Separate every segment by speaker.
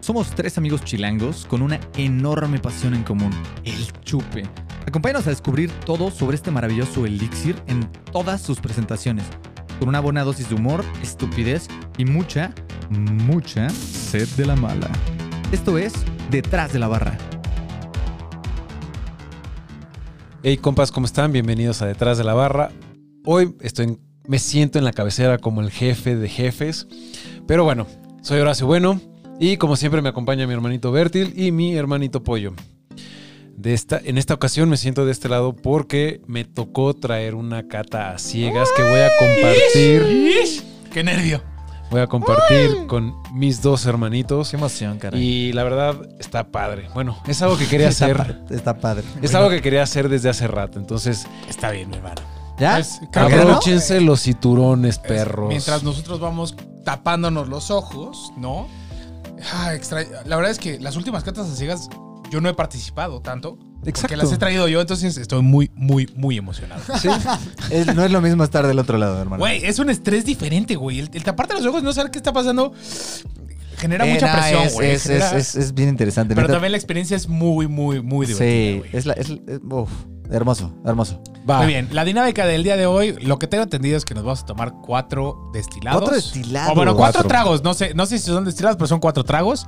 Speaker 1: Somos tres amigos chilangos con una enorme pasión en común, el chupe. Acompáñanos a descubrir todo sobre este maravilloso elixir en todas sus presentaciones, con una buena dosis de humor, estupidez y mucha, mucha sed de la mala. Esto es Detrás de la Barra.
Speaker 2: Hey compas, ¿cómo están? Bienvenidos a Detrás de la Barra. Hoy estoy en- me siento en la cabecera como el jefe de jefes. Pero bueno, soy Horacio Bueno y como siempre me acompaña mi hermanito Bertil y mi hermanito Pollo. De esta, en esta ocasión me siento de este lado porque me tocó traer una cata a ciegas que voy a compartir.
Speaker 3: ¡Qué nervio!
Speaker 2: Voy a compartir con mis dos hermanitos.
Speaker 1: emoción, caray.
Speaker 2: Y la verdad está padre. Bueno, es algo que quería hacer.
Speaker 1: Está padre.
Speaker 2: Es algo que quería hacer desde hace rato. Entonces,
Speaker 3: Está bien, mi hermano.
Speaker 1: ¿Ya?
Speaker 3: Es-
Speaker 1: ¿Ya quedó?
Speaker 3: Abroche.
Speaker 2: Abróchense los cinturones,
Speaker 3: Es-
Speaker 2: perros.
Speaker 3: mientras nosotros vamos tapándonos los ojos, ¿no? Ah, extra- La verdad es que las últimas cartas a ciegas yo no he participado tanto.
Speaker 2: Exacto.
Speaker 3: Porque las he traído yo, entonces estoy muy, muy, muy emocionado.
Speaker 2: Sí.
Speaker 4: Es- no es lo mismo estar del otro lado, hermano.
Speaker 3: Güey, es un estrés diferente, güey. El, el taparte los ojos, no saber qué está pasando, genera
Speaker 4: Eh,
Speaker 3: mucha
Speaker 4: no,
Speaker 3: presión,
Speaker 4: es-
Speaker 3: güey.
Speaker 4: Es,
Speaker 3: Genera-
Speaker 4: es- es- es bien interesante.
Speaker 3: Pero
Speaker 4: neta.
Speaker 3: también la experiencia es muy, muy, muy divertida,
Speaker 4: sí,
Speaker 3: güey.
Speaker 4: es la, es, es- uf, hermoso, hermoso.
Speaker 2: Va.
Speaker 3: Muy bien, la dinámica del día de hoy, lo que tengo entendido es que nos vamos a tomar cuatro destilados.
Speaker 4: Cuatro destilados.
Speaker 3: O bueno, cuatro,
Speaker 2: Cuatro.
Speaker 3: tragos, no sé, no sé si son destilados, pero son cuatro tragos.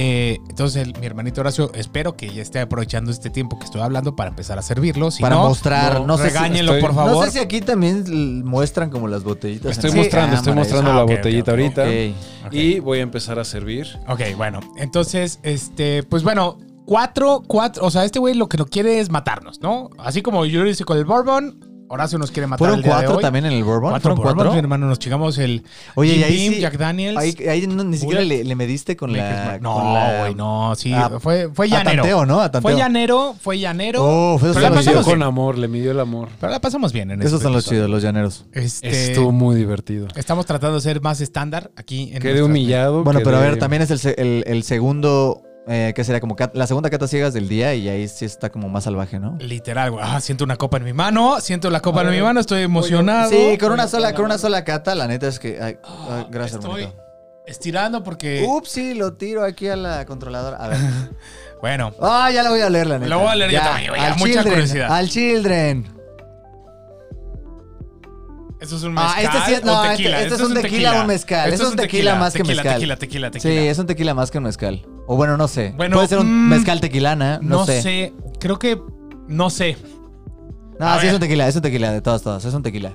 Speaker 3: Eh, entonces, el- mi hermanito Horacio, espero que ya esté aprovechando este tiempo que estoy hablando para empezar a servirlo. Si
Speaker 4: Para
Speaker 3: no,
Speaker 4: mostrar, no sé si-
Speaker 3: regáñenlo,
Speaker 2: estoy-
Speaker 3: por
Speaker 2: no
Speaker 4: No
Speaker 3: favor.
Speaker 4: sé si aquí también l- muestran como las botellitas.
Speaker 2: Estoy
Speaker 4: en la
Speaker 2: mostrando, estoy
Speaker 4: cámara,
Speaker 2: mostrando
Speaker 3: Ah,
Speaker 2: la
Speaker 3: ok, ok,
Speaker 2: botellita
Speaker 3: ok.
Speaker 2: ahorita.
Speaker 4: Ok.
Speaker 3: Ok.
Speaker 2: Y voy a empezar a servir.
Speaker 3: Ok, bueno. Entonces, este, pues bueno, cuatro, cuatro. O sea, este güey lo que no quiere es matarnos, ¿no? Así como yo lo hice con el Bourbon, Horacio nos quiere matar.
Speaker 4: ¿Fueron
Speaker 3: el día de
Speaker 4: cuatro
Speaker 3: hoy.
Speaker 4: también en el Bourbon?
Speaker 3: Cuatro,
Speaker 4: ¿Fueron
Speaker 3: Bourbons, mi
Speaker 4: cuatro?
Speaker 3: hermano, nos chingamos el
Speaker 4: Oye,
Speaker 3: Jim
Speaker 4: y ahí
Speaker 3: Beam,
Speaker 4: sí-
Speaker 3: Jack Daniels.
Speaker 4: Ahí, ahí no- ni siquiera
Speaker 3: Bullet.
Speaker 4: le, le mediste con la.
Speaker 3: no,
Speaker 4: con la-
Speaker 3: güey, no, sí,
Speaker 4: Ah,
Speaker 3: fue, fue
Speaker 4: A
Speaker 3: llanero.
Speaker 4: tanteo, ¿no? A tanteo.
Speaker 3: Fue llanero, fue llanero.
Speaker 4: Oh, fue-
Speaker 3: pero
Speaker 2: Se
Speaker 3: la
Speaker 2: lo midió
Speaker 3: pasamos
Speaker 2: con
Speaker 3: bien.
Speaker 2: amor, le midió el amor.
Speaker 3: Pero la pasamos bien en
Speaker 4: Esos
Speaker 3: este
Speaker 4: son los
Speaker 3: episodio.
Speaker 4: chidos, los llaneros.
Speaker 3: Este,
Speaker 2: Estuvo muy divertido.
Speaker 3: estamos tratando de ser más estándar aquí. En
Speaker 2: Quedé
Speaker 3: nuestras-
Speaker 2: humillado.
Speaker 4: Bueno, pero a
Speaker 2: quedé-
Speaker 4: ver, también es el, se- el- el segundo. Eh, ¿Qué sería? Como cat- la segunda cata ciegas del día y ahí sí está como más salvaje, ¿no?
Speaker 3: Literal, güey. Ah, siento una copa en mi mano, siento la copa
Speaker 2: A
Speaker 3: en mi
Speaker 2: ver,
Speaker 3: mano, estoy emocionado.
Speaker 4: Sí, con una sola, con una sola cata, la neta es que. ay, ay, gracias,
Speaker 3: Ah, Estoy
Speaker 4: hermanito.
Speaker 3: estirando porque.
Speaker 4: Ups, sí, lo tiro aquí a la controladora. A ver.
Speaker 3: Bueno,
Speaker 4: Ah, ya la voy a leer, la neta.
Speaker 3: La voy a leer yo también, güey, ya, mucha
Speaker 4: children,
Speaker 3: curiosidad.
Speaker 4: Al Children.
Speaker 3: eso es un mezcal.
Speaker 4: Ah, este sí es- no,
Speaker 3: o
Speaker 4: este-
Speaker 3: tequila.
Speaker 4: este
Speaker 3: Esto
Speaker 4: es un tequila o un mezcal.
Speaker 3: Esto
Speaker 4: Este es un tequila más que mezcal.
Speaker 3: Tequila, tequila, tequila.
Speaker 4: Sí, es un tequila más que un mezcal. O bueno, no sé.
Speaker 3: Bueno,
Speaker 4: Puede ser un
Speaker 3: mm,
Speaker 4: mezcal tequilana, no,
Speaker 3: no
Speaker 4: sé.
Speaker 3: sé, creo que. No sé.
Speaker 4: No,
Speaker 3: A
Speaker 4: sí
Speaker 3: ver.
Speaker 4: es un tequila, es un tequila de todas, todas. Es un tequila.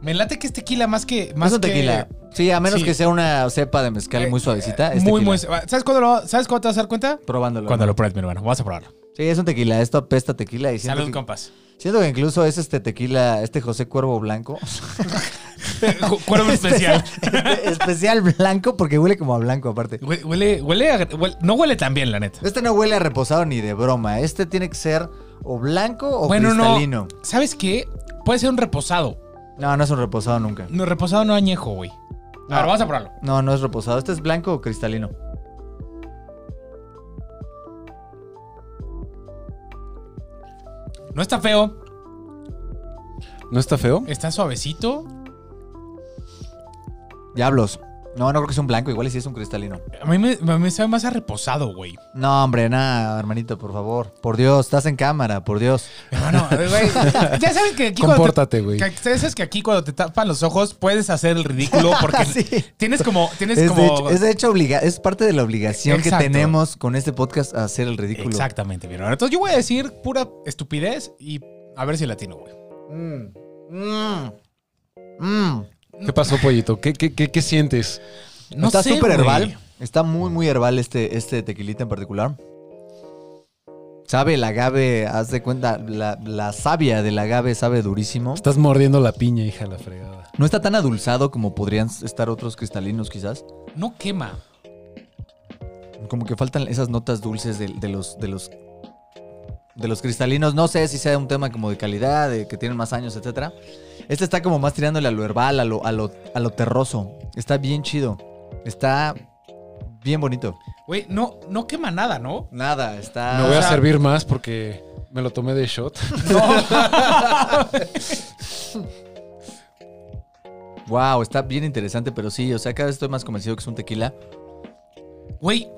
Speaker 3: Me late que es tequila más que. Más
Speaker 4: es un
Speaker 3: que-
Speaker 4: tequila. Sí, a menos
Speaker 3: sí. Eh,
Speaker 4: que sea una cepa de mezcal muy suavecita. es
Speaker 3: Muy,
Speaker 4: tequila.
Speaker 3: muy. ¿Sabes cuándo, lo- ¿Sabes cuándo te vas a dar cuenta?
Speaker 4: Probándolo.
Speaker 3: Cuando
Speaker 4: ¿no?
Speaker 3: lo pruebes, mi hermano. Vas a probarlo.
Speaker 4: Sí, es un tequila. Esto apesta a tequila. Y siento
Speaker 3: Salud,
Speaker 4: que-
Speaker 3: compas.
Speaker 4: Siento que incluso es este tequila, este José Cuervo Blanco.
Speaker 3: Cu- Cuervo especial.
Speaker 4: Este- especial blanco porque huele como a blanco aparte.
Speaker 3: Hue- Huele, huele, a- huele- no huele tan bien, la neta.
Speaker 4: Este no huele a reposado ni de broma. Este tiene que ser o blanco o
Speaker 3: Bueno, no.
Speaker 4: cristalino. No.
Speaker 3: ¿Sabes qué? Puede ser un reposado.
Speaker 4: no, es un reposado nunca.
Speaker 3: No, reposado no añejo, güey.
Speaker 4: No.
Speaker 3: Ahora vamos a probarlo.
Speaker 4: No, no es reposado. Este es blanco o cristalino.
Speaker 3: No está feo,
Speaker 2: ¿No está feo?
Speaker 3: está suavecito.
Speaker 4: Diablos. No, no creo que sea un blanco. Igual y sí es un cristalino.
Speaker 3: A mí me, me- me sabe más a reposado, güey.
Speaker 4: No, hombre, nada, hermanito, por favor. Por Dios, estás en cámara, por Dios.
Speaker 3: Hermano, güey. Ya sabes que aquí cuando te-
Speaker 2: Compórtate, güey.
Speaker 3: que- ya sabes que aquí cuando te tapan los ojos puedes hacer el ridículo porque
Speaker 4: Sí.
Speaker 3: tienes como tienes
Speaker 4: Es, de
Speaker 3: Ah, como
Speaker 4: hecho, es de hecho obliga- es parte de la obligación
Speaker 3: Exacto.
Speaker 4: que tenemos con este podcast a hacer el ridículo.
Speaker 3: Exactamente, mi hermano. Entonces yo voy a decir pura estupidez y a ver si latino, güey.
Speaker 4: Mm. Mm. Mm.
Speaker 2: ¿Qué pasó, pollito? ¿Qué, qué, qué, qué sientes?
Speaker 4: Está
Speaker 3: sé,
Speaker 4: súper
Speaker 3: güey.
Speaker 4: herbal. Está muy, muy herbal este, este tequilita en particular. Sabe el agave, haz de cuenta, la, la savia del agave sabe durísimo.
Speaker 2: Estás mordiendo la piña, hija de la fregada.
Speaker 4: No está tan adulzado como podrían estar otros cristalinos quizás.
Speaker 3: No quema.
Speaker 4: Como que faltan esas notas dulces de, de los, de los de los cristalinos. No sé si sea un tema como de calidad, de que tienen más años, etcétera. Este está como más tirándole a lo herbal, a lo, a lo, a lo terroso. Está bien chido. Está bien bonito.
Speaker 3: Güey, no, no quema nada, ¿no?
Speaker 4: Nada, está...
Speaker 2: Me voy
Speaker 3: o
Speaker 2: a
Speaker 3: sea-
Speaker 2: servir más porque me lo tomé de shot.
Speaker 4: Wow, está bien interesante, pero sí, o sea, cada vez estoy más convencido que es un tequila.
Speaker 3: Güey,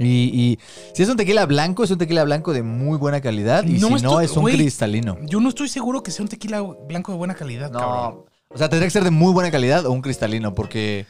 Speaker 4: Y, y si es un tequila blanco, es un tequila blanco de muy buena calidad. Y
Speaker 3: No
Speaker 4: si no,
Speaker 3: estoy-
Speaker 4: es un
Speaker 3: güey.
Speaker 4: cristalino.
Speaker 3: Yo no estoy seguro que sea un tequila blanco de buena calidad,
Speaker 4: No.
Speaker 3: cabrón.
Speaker 4: O sea, tendría que ser de muy buena calidad o un cristalino, porque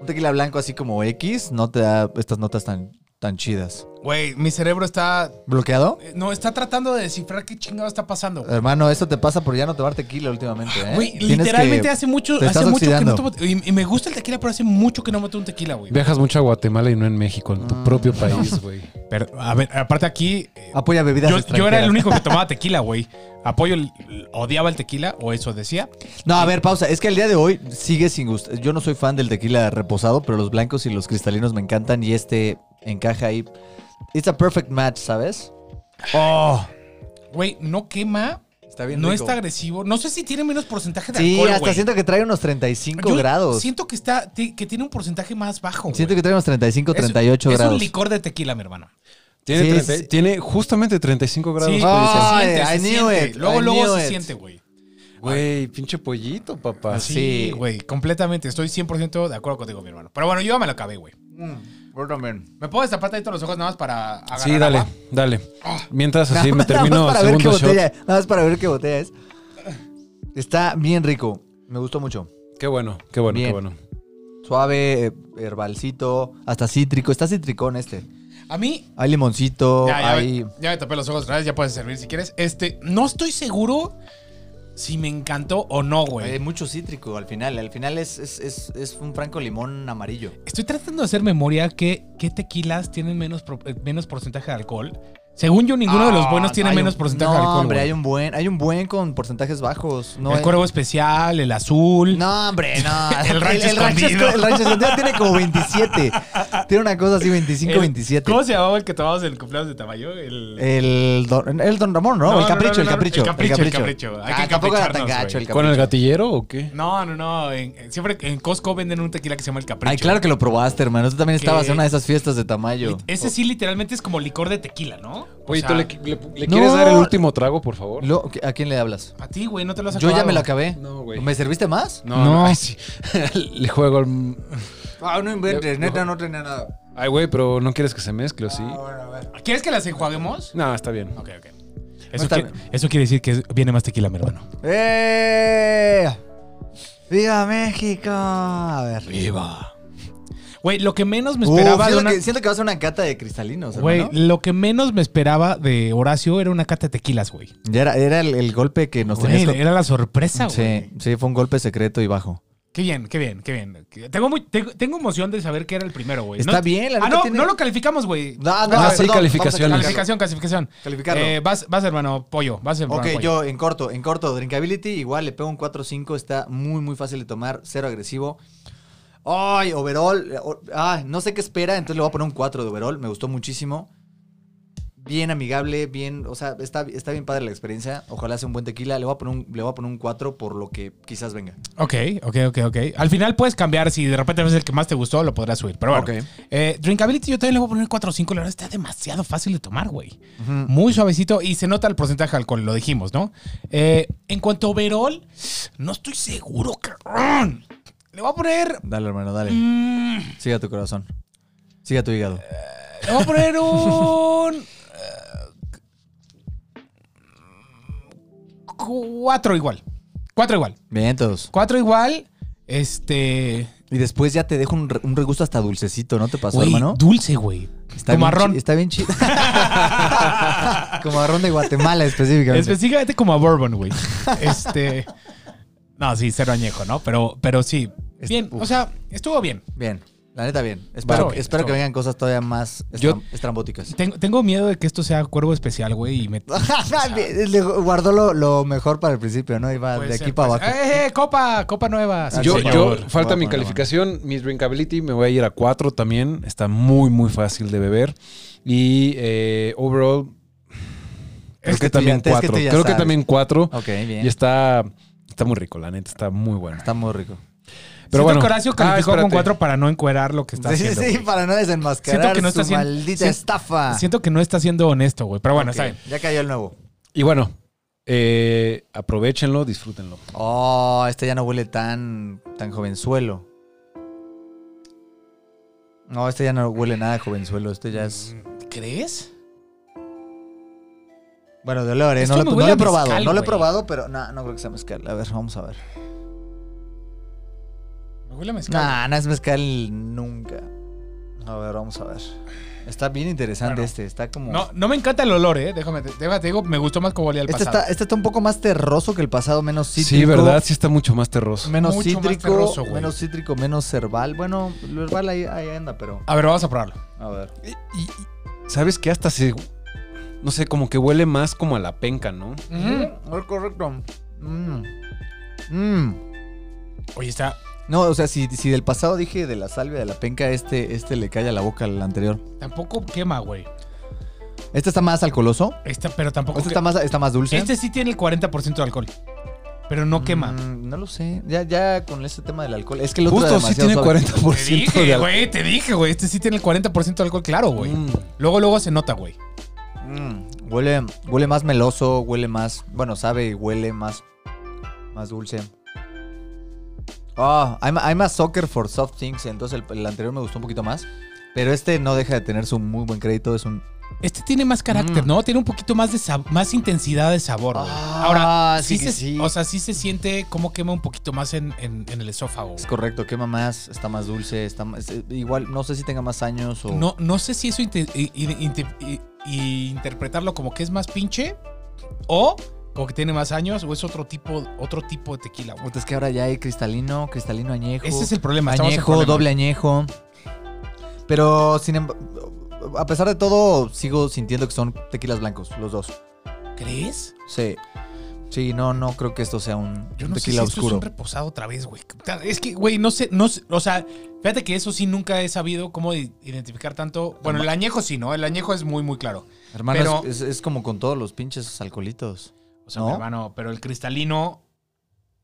Speaker 4: un tequila blanco así como X no te da estas notas tan, tan chidas.
Speaker 3: Güey, mi cerebro está.
Speaker 4: ¿Bloqueado?
Speaker 3: eh, No, está tratando de descifrar qué chingado está pasando. güey.
Speaker 4: Hermano, esto te pasa por ya no tomar tequila últimamente, ¿eh?
Speaker 3: Güey,
Speaker 4: Tienes
Speaker 3: literalmente
Speaker 4: que-
Speaker 3: hace mucho,
Speaker 4: te
Speaker 3: hace
Speaker 4: estás
Speaker 3: mucho que no
Speaker 4: oxidando.
Speaker 3: tomo. Y, y me gusta el tequila, pero hace mucho que no me tomo un tequila, güey.
Speaker 2: Viajas mucho a Guatemala y no en México, en tu
Speaker 4: Mm.
Speaker 2: propio país, güey.
Speaker 3: Pero, a ver, aparte aquí. eh,
Speaker 4: Apoya bebidas
Speaker 3: Yo, yo era
Speaker 4: extranjeras.
Speaker 3: el único que tomaba tequila, güey. Apoyo l- l- odiaba el tequila, o eso decía.
Speaker 4: No, a ver, pausa. Es que al día de hoy sigue sin gustar. Yo no soy fan del tequila reposado, pero los blancos y los cristalinos me encantan y este encaja ahí. It's a perfect match, ¿sabes?
Speaker 3: Oh. Güey, no quema,
Speaker 4: Está
Speaker 3: no está agresivo. No sé si tiene menos porcentaje de
Speaker 4: Sí,
Speaker 3: alcohol,
Speaker 4: hasta
Speaker 3: güey.
Speaker 4: siento que trae unos 35
Speaker 3: Yo
Speaker 4: grados.
Speaker 3: Siento que está ti- que tiene un porcentaje más bajo.
Speaker 4: Siento
Speaker 3: güey.
Speaker 4: que trae unos 35,
Speaker 3: Es-
Speaker 4: 38
Speaker 3: es,
Speaker 4: grados.
Speaker 3: un licor de tequila, mi hermano.
Speaker 2: Tiene,
Speaker 4: Sí,
Speaker 2: 30
Speaker 4: sí.
Speaker 2: tiene justamente 35 grados.
Speaker 3: Sí,
Speaker 2: güey.
Speaker 4: Ah,
Speaker 3: se siente,
Speaker 4: I
Speaker 3: se
Speaker 4: knew
Speaker 3: siente.
Speaker 4: it,
Speaker 3: Luego,
Speaker 4: I
Speaker 3: luego
Speaker 4: knew
Speaker 3: se
Speaker 4: it. Ah,
Speaker 3: siente, güey.
Speaker 2: Güey, pinche pollito, papá.
Speaker 4: Así.
Speaker 3: Sí, güey, completamente. Estoy 100% de acuerdo contigo, mi hermano. Pero bueno, yo ya me lo acabé, güey. ¿Me puedo destapar tantito los ojos nada más para agarrar
Speaker 2: Sí, dale,
Speaker 3: agua?
Speaker 2: dale. Mientras
Speaker 4: Ah.
Speaker 2: así me
Speaker 4: Nada más
Speaker 2: termino el
Speaker 4: para ver qué
Speaker 2: segundo shot.
Speaker 4: botella, Nada más para ver qué botella es. Está bien rico. Me gustó mucho.
Speaker 2: Qué bueno, qué bueno,
Speaker 4: Bien.
Speaker 2: qué bueno.
Speaker 4: Suave, eh, herbalcito, hasta cítrico. Está citricón este.
Speaker 3: A mí,
Speaker 4: Hay limoncito,
Speaker 3: Ya, ya,
Speaker 4: hay...
Speaker 3: me- ya me tapé los ojos otra vez, ya puedes servir si quieres. Este, no estoy seguro si me encantó o no,
Speaker 4: Hay
Speaker 3: güey.
Speaker 4: mucho cítrico al final. Al final es, es- es- es un franco limón amarillo.
Speaker 3: Estoy tratando de hacer memoria que qué tequilas tienen menos, pro- eh, menos porcentaje de alcohol. Según yo, ninguno de los
Speaker 4: Ah,
Speaker 3: buenos tiene
Speaker 4: hay un-
Speaker 3: menos porcentaje de
Speaker 4: No,
Speaker 3: alcohol.
Speaker 4: hombre,
Speaker 3: güey.
Speaker 4: hay un buen, hay un buen con porcentajes bajos. No
Speaker 3: el
Speaker 4: hay-
Speaker 3: cuervo especial, el azul.
Speaker 4: No, hombre, no.
Speaker 3: El rancho escondido.
Speaker 4: esco- el rancho escondido tiene como 27. tiene una cosa así, 25,
Speaker 3: El-
Speaker 4: 27.
Speaker 3: ¿Cómo se llamaba el que tomamos en el cumpleaños de Tamayo? El,
Speaker 4: Eh. El don, el don Ramón, ¿no?
Speaker 3: No,
Speaker 4: el, capricho,
Speaker 3: no, no, no,
Speaker 4: el capricho,
Speaker 3: el capricho, el capricho. Hay que
Speaker 4: Ah, tampoco era tan
Speaker 3: encapricharnos,
Speaker 4: gacho
Speaker 3: güey.
Speaker 4: el capricho.
Speaker 2: ¿Con el gatillero o qué?
Speaker 3: No, no, no. en- en- siempre en Costco venden un tequila que se llama el capricho.
Speaker 4: Ay, claro que lo probaste, hermano. Tú también estabas
Speaker 3: Que-
Speaker 4: en una de esas fiestas de Tamayo.
Speaker 3: Lit- Ese sí, literalmente es como licor de tequila, ¿no? O
Speaker 2: Pollito,
Speaker 3: sea,
Speaker 2: ¿le, le- le quieres
Speaker 4: No.
Speaker 2: dar el último trago, por favor?
Speaker 4: Lo- ¿A quién le hablas?
Speaker 3: A ti, güey, no te lo has
Speaker 4: Yo ya
Speaker 3: acabado.
Speaker 4: me lo acabé.
Speaker 2: No, güey.
Speaker 4: ¿Me serviste más?
Speaker 2: No, no. ay, sí. le juego al...
Speaker 4: Ah, no
Speaker 2: inventes, neta,
Speaker 4: no tenía nada. Ah,
Speaker 2: Ay, güey, pero no quieres que se mezcle, ¿o ¿sí?
Speaker 3: ¿Quieres que las enjuaguemos?
Speaker 2: No, está bien.
Speaker 3: Ok, ok.
Speaker 4: Eso
Speaker 3: Eso,
Speaker 4: está
Speaker 3: quiere,
Speaker 4: bien.
Speaker 3: eso quiere decir que es- viene más tequila, mi hermano.
Speaker 4: ¡Eh! ¡Viva México! A ver.
Speaker 3: Viva. Güey, lo que menos me
Speaker 4: Uf,
Speaker 3: esperaba de
Speaker 4: siento,
Speaker 3: una-
Speaker 4: Uh, que, siento que va a ser una cata de cristalinos,
Speaker 3: Güey,
Speaker 4: hermano.
Speaker 3: lo que menos me esperaba de Horacio era una cata de tequilas, güey.
Speaker 4: Ya era, era el, el golpe que nos tenías
Speaker 3: Güey,
Speaker 4: con-
Speaker 3: Era la sorpresa, güey.
Speaker 4: Sí, sí, fue un golpe secreto y bajo.
Speaker 3: Qué bien, qué bien, qué bien. Que- Tengo, muy, tengo, tengo emoción de saber que era el primero, güey.
Speaker 4: Está bien, la
Speaker 3: Ah,
Speaker 4: neta
Speaker 3: no,
Speaker 4: tiene-
Speaker 3: no lo calificamos, güey.
Speaker 4: No, no,
Speaker 2: Ah,
Speaker 4: no,
Speaker 2: sí,
Speaker 4: perdón,
Speaker 2: calificaciones.
Speaker 4: vamos a calificarlo.
Speaker 3: Calificación, calificación.
Speaker 4: Calificarlo.
Speaker 3: Eh, vas, vas, hermano, pollo. Vas, hermano,
Speaker 4: Ok,
Speaker 3: pollo.
Speaker 4: yo en corto, en corto, Drinkability, igual le pego un 4-5, está muy, muy fácil de tomar, cero agresivo. Ay, overall, eh, o- ah, no sé qué espera, entonces le voy a poner un 4 de overall, me gustó muchísimo. Bien amigable, bien, o sea, está, está bien padre la experiencia, ojalá sea un buen tequila, le voy a poner un, le voy a poner un 4 por lo que quizás venga.
Speaker 3: Ok, ok, ok, ok. Al final puedes cambiar. Si de repente ves el que más te gustó, lo podrás subir. Pero bueno.
Speaker 4: Ok.
Speaker 3: Eh, drinkability yo también le voy a poner 4 o 5. La verdad está demasiado fácil de tomar, güey.
Speaker 4: Ujú.
Speaker 3: Muy suavecito y se nota el porcentaje de alcohol, lo dijimos, ¿no? Eh, en cuanto a overall, no estoy seguro, cabrón. Le voy a poner...
Speaker 4: Dale, hermano, dale.
Speaker 3: mm,
Speaker 4: Siga tu corazón. Siga tu hígado.
Speaker 3: le voy a poner un... eh, 4 igual. 4 igual.
Speaker 4: Vientos.
Speaker 3: 4 igual. Este...
Speaker 4: Y después ya te dejo un, re- un regusto hasta dulcecito, ¿no te pasó,
Speaker 3: Güey,
Speaker 4: hermano?
Speaker 3: dulce, güey.
Speaker 4: Está
Speaker 3: Como
Speaker 4: bien
Speaker 3: marrón.
Speaker 4: chi- Está bien chido. como marrón de Guatemala específicamente.
Speaker 3: Específicamente como a Bourbon, güey. Este. No, sí, cero añejo, ¿no? Pero, pero sí.
Speaker 4: Es-
Speaker 3: Bien,
Speaker 4: uf.
Speaker 3: o sea, estuvo bien.
Speaker 4: bien, la neta bien.
Speaker 3: Vale,
Speaker 4: Espero,
Speaker 3: güey,
Speaker 4: espero que
Speaker 3: esto-
Speaker 4: vengan cosas todavía más estram-
Speaker 2: Yo-
Speaker 4: estrambóticas.
Speaker 3: Tengo, tengo miedo de que esto sea cuervo especial, güey. Y me.
Speaker 4: Le guardó lo, lo mejor para el principio, ¿no? Iba
Speaker 3: Puede
Speaker 4: de
Speaker 3: ser,
Speaker 4: aquí para
Speaker 3: puede
Speaker 4: abajo.
Speaker 3: ser. ¡Eh, eh, copa! ¡Copa nueva! Sí,
Speaker 2: Yo,
Speaker 3: señor.
Speaker 2: yo-
Speaker 4: Voy a
Speaker 2: falta mi
Speaker 4: poner
Speaker 2: calificación, mi drinkability, me voy a ir a 4 también. Está muy, muy fácil de beber. Y eh, overall, creo
Speaker 4: que
Speaker 2: que,
Speaker 4: tú ya-
Speaker 2: también
Speaker 4: es que tú
Speaker 2: 4.
Speaker 4: ya
Speaker 2: creo que
Speaker 4: sabes.
Speaker 2: también 4.
Speaker 4: Ok, bien.
Speaker 2: Y está, está muy rico, la neta, está muy bueno.
Speaker 4: Está muy rico.
Speaker 2: Pero
Speaker 3: Siento
Speaker 2: bueno,
Speaker 3: que Horacio calificó
Speaker 2: Ah, espérate.
Speaker 3: con cuatro para no encuerar lo que está
Speaker 4: Sí,
Speaker 3: haciendo.
Speaker 4: sí,
Speaker 3: güey.
Speaker 4: para no desenmascarar
Speaker 3: Siento que no
Speaker 4: su
Speaker 3: está siendo-
Speaker 4: maldita
Speaker 3: siento-
Speaker 4: estafa.
Speaker 3: Siento que no está siendo honesto, güey. Pero
Speaker 4: Ok,
Speaker 3: bueno, está bien.
Speaker 4: Ya cayó el nuevo.
Speaker 2: Y bueno, eh, aprovechenlo, disfrútenlo.
Speaker 4: Oh, este ya no huele tan, tan jovenzuelo. No, este ya no huele nada a jovenzuelo. Este ya es.
Speaker 3: Mm, ¿Crees?
Speaker 4: Bueno, de olor, ¿eh?
Speaker 3: Esto
Speaker 4: No, lo,
Speaker 3: me
Speaker 4: no
Speaker 3: huele
Speaker 4: lo
Speaker 3: a
Speaker 4: he probado.
Speaker 3: mezcal,
Speaker 4: no lo he
Speaker 3: güey.
Speaker 4: probado, pero no, no creo que sea mezcal. A ver, vamos a ver.
Speaker 3: Me huele a mezcal.
Speaker 4: Nah, no es mezcal nunca. A ver, vamos a ver. Está bien interesante
Speaker 3: Bueno.
Speaker 4: este. Está como.
Speaker 3: No, no me encanta el olor, eh. Déjame, te- déjame, te digo, me gustó más como olía el
Speaker 4: este,
Speaker 3: pasado.
Speaker 4: está, este está un poco más terroso que el pasado, menos
Speaker 2: Sí,
Speaker 4: cítrico.
Speaker 2: ¿verdad? Sí está mucho más terroso.
Speaker 4: Menos
Speaker 3: Mucho más
Speaker 4: cítrico,
Speaker 3: terroso, güey.
Speaker 4: menos cítrico, menos cerval. Bueno, el herbal ahí, ahí anda, pero.
Speaker 3: A ver, vamos a probarlo.
Speaker 4: A ver.
Speaker 2: Y- y- y- ¿Sabes qué? Hasta se... No sé, como que huele más como a la penca, ¿no?
Speaker 4: Mm, es correcto. Mm. Mm.
Speaker 3: Oye, está.
Speaker 4: No, o sea, si, si del pasado dije de la salvia de la penca, este, este le calla la boca al anterior.
Speaker 3: Tampoco quema, güey.
Speaker 4: Este está más alcoholoso.
Speaker 3: Esta, pero tampoco.
Speaker 4: Este
Speaker 3: que-
Speaker 4: está más, está más dulce.
Speaker 3: Este sí tiene el 40% de alcohol. Pero no quema.
Speaker 4: Mm, no lo sé. Ya, ya con este tema del alcohol. Es que el otro
Speaker 2: Justo
Speaker 4: era
Speaker 2: sí
Speaker 4: demasiado
Speaker 2: tiene
Speaker 4: suave.
Speaker 2: 40%
Speaker 3: Te
Speaker 2: de
Speaker 3: dije,
Speaker 2: alcohol.
Speaker 3: güey, te dije, güey. Este sí tiene el 40% de alcohol, claro, güey.
Speaker 2: Mm.
Speaker 3: Luego, luego se nota, güey.
Speaker 4: Mm, huele, huele más meloso, huele más. Bueno, sabe y huele más. Más dulce. Ah, I'm, I'm a sucker for soft things. Entonces el, el anterior me gustó un poquito más. Pero este no deja de tener su muy buen crédito. Es un.
Speaker 3: Este tiene más carácter,
Speaker 4: Mm.
Speaker 3: ¿no? Tiene un poquito más de sab- más intensidad de sabor, güey.
Speaker 4: Ah,
Speaker 3: Ahora, sí,
Speaker 4: sí
Speaker 3: se,
Speaker 4: que sí.
Speaker 3: O sea, sí se siente como quema un poquito más en, en- en el esófago. güey.
Speaker 4: Es correcto, quema más, está más dulce, está más- eh, igual, no sé si tenga más años o.
Speaker 3: No, no sé si eso inte- i- i- inte- i- i- interpretarlo como que es más pinche o como que tiene más años o es otro tipo, otro tipo de tequila. güey.
Speaker 4: Puta, es que ahora ya hay cristalino, cristalino añejo.
Speaker 3: Ese es el problema. estamos en
Speaker 4: Añejo,
Speaker 3: problema.
Speaker 4: doble añejo. Pero sin emb- a pesar de todo, sigo sintiendo que son tequilas blancos, los dos.
Speaker 3: ¿Crees?
Speaker 4: Sí. Sí, no, no creo que esto sea un,
Speaker 3: Yo
Speaker 4: un
Speaker 3: no sé si
Speaker 4: tequila
Speaker 3: esto es
Speaker 4: oscuro.
Speaker 3: un reposado otra vez, güey. Es que, güey, no sé, no sé, o sea, fíjate que eso sí nunca he sabido cómo i- identificar tanto. Bueno, el añejo sí, ¿no? El añejo es muy, muy claro.
Speaker 4: Hermano,
Speaker 3: pero-
Speaker 4: es, es- es como con todos los pinches alcoholitos.
Speaker 3: O sea,
Speaker 4: ¿No?
Speaker 3: mi hermano, pero el cristalino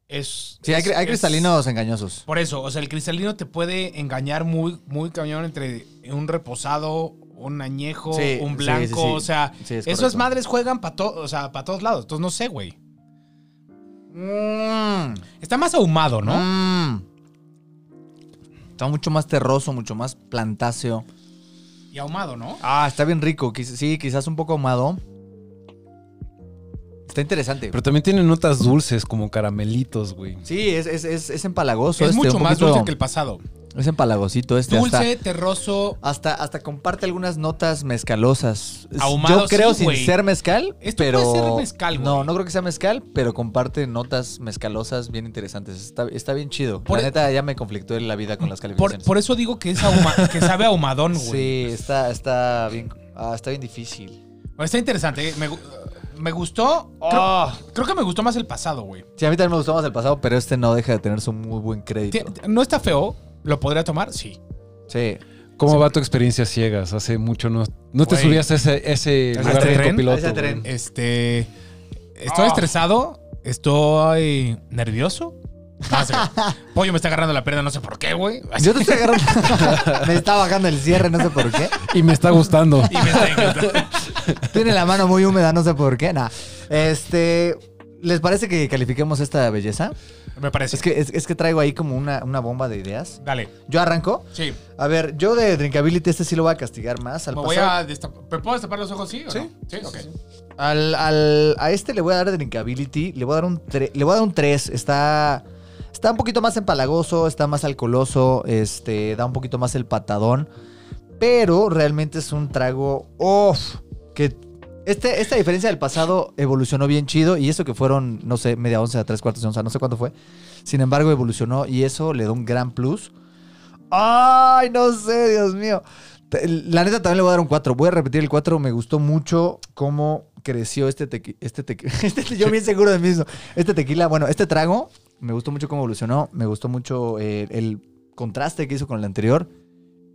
Speaker 3: es...
Speaker 4: Sí, hay,
Speaker 3: es-
Speaker 4: cri- hay
Speaker 3: es-
Speaker 4: cristalinos engañosos.
Speaker 3: Por eso, o sea, el cristalino te puede engañar muy, muy cañón entre un reposado, un añejo,
Speaker 4: Sí,
Speaker 3: un
Speaker 4: sí,
Speaker 3: blanco,
Speaker 4: sí, sí.
Speaker 3: o sea,
Speaker 4: Sí, es
Speaker 3: esos
Speaker 4: correcto.
Speaker 3: madres juegan para o sea, pa' todos lados. Entonces, no sé, güey.
Speaker 4: Mm,
Speaker 3: Está más ahumado, ¿no?
Speaker 4: mm. Está mucho más terroso, mucho más plantáceo.
Speaker 3: Y ahumado, ¿no?
Speaker 4: Ah, está bien rico. Quiz- sí, quizás un poco ahumado. Está interesante.
Speaker 2: Pero también tiene notas dulces, como caramelitos, güey.
Speaker 4: Sí, es, es, es, es empalagoso.
Speaker 3: es
Speaker 4: este,
Speaker 3: mucho
Speaker 4: un
Speaker 3: más
Speaker 4: poquito-
Speaker 3: dulce que el pasado.
Speaker 4: Es empalagosito este. hasta-
Speaker 3: Dulce, terroso.
Speaker 4: Hasta, hasta, comparte algunas notas mezcalosas. Es-
Speaker 3: Ahumado,
Speaker 4: Yo creo
Speaker 3: sí,
Speaker 4: sin
Speaker 3: güey.
Speaker 4: ser mezcal,
Speaker 3: Esto
Speaker 4: pero...
Speaker 3: puede ser mezcal, güey.
Speaker 4: No, no creo que sea mezcal, pero comparte notas mezcalosas bien interesantes. Está, está bien chido.
Speaker 3: Por- e-
Speaker 4: la neta ya me conflictó en la vida con las
Speaker 3: Por,
Speaker 4: calificaciones.
Speaker 3: por eso digo que, es ahuma- que sabe a ahumadón, güey.
Speaker 4: sí, está, está bien... ah, está bien difícil.
Speaker 3: Bueno, está interesante. eh. Me, gu- me gustó.
Speaker 4: Ah.
Speaker 3: Creo, creo que me gustó más el pasado, güey.
Speaker 4: Sí, a mí también me gustó más el pasado, pero este no deja de tener su muy buen crédito.
Speaker 3: Ti- ti- ¿No está feo? ¿Lo podría tomar? Sí.
Speaker 4: Sí.
Speaker 2: ¿Cómo va tu experiencia ciegas? Hace mucho no, no te
Speaker 3: Güey.
Speaker 2: subías a ese, ese
Speaker 3: ¿A
Speaker 2: lugar
Speaker 3: ese
Speaker 2: de
Speaker 3: tren?
Speaker 2: copiloto.
Speaker 4: ¿A ese
Speaker 2: güey.
Speaker 4: tren?
Speaker 3: Este. Estoy
Speaker 2: Ah.
Speaker 3: estresado. Estoy nervioso. No, no sé. Pollo me está agarrando la pierna, no sé por qué, güey.
Speaker 4: Yo te estoy agarrando... me está bajando el cierre, no sé por qué.
Speaker 2: Y me está gustando.
Speaker 3: Y me está encantando.
Speaker 4: Tiene la mano muy húmeda, no sé por qué. Nah. Este... ¿Les parece que califiquemos esta belleza?
Speaker 3: Me parece.
Speaker 4: Es que, es, es que traigo ahí como una, una bomba de ideas.
Speaker 3: Dale.
Speaker 4: Yo arranco.
Speaker 3: Sí.
Speaker 4: A ver, yo de Drinkability este sí lo voy a castigar más. Al
Speaker 3: Me voy
Speaker 4: pasado-
Speaker 3: a destapar. ¿Me puedo destapar los ojos? Sí. o
Speaker 4: Sí.
Speaker 3: no? Sí, ok.
Speaker 4: al- al- a este le voy a dar Drinkability. Le voy a dar un, tre- le voy a dar un 3. Está, está un poquito más empalagoso, está más alcoholoso, este, da un poquito más el patadón. Pero realmente es un trago... ¡Uf! Que... Este, esta diferencia del pasado evolucionó bien chido y eso que fueron, no sé, media onza, tres cuartos de onza, no sé cuánto fue. Sin embargo, evolucionó y eso le da un gran plus. ¡Ay, no sé, Dios mío! Te- La neta también le voy a dar un 4. Voy a repetir el 4. Me gustó mucho cómo creció este tequila. Este tequi- este- yo bien seguro de mí mismo. Este tequila, bueno, este trago, me gustó mucho cómo evolucionó. Me gustó mucho eh, el contraste que hizo con el anterior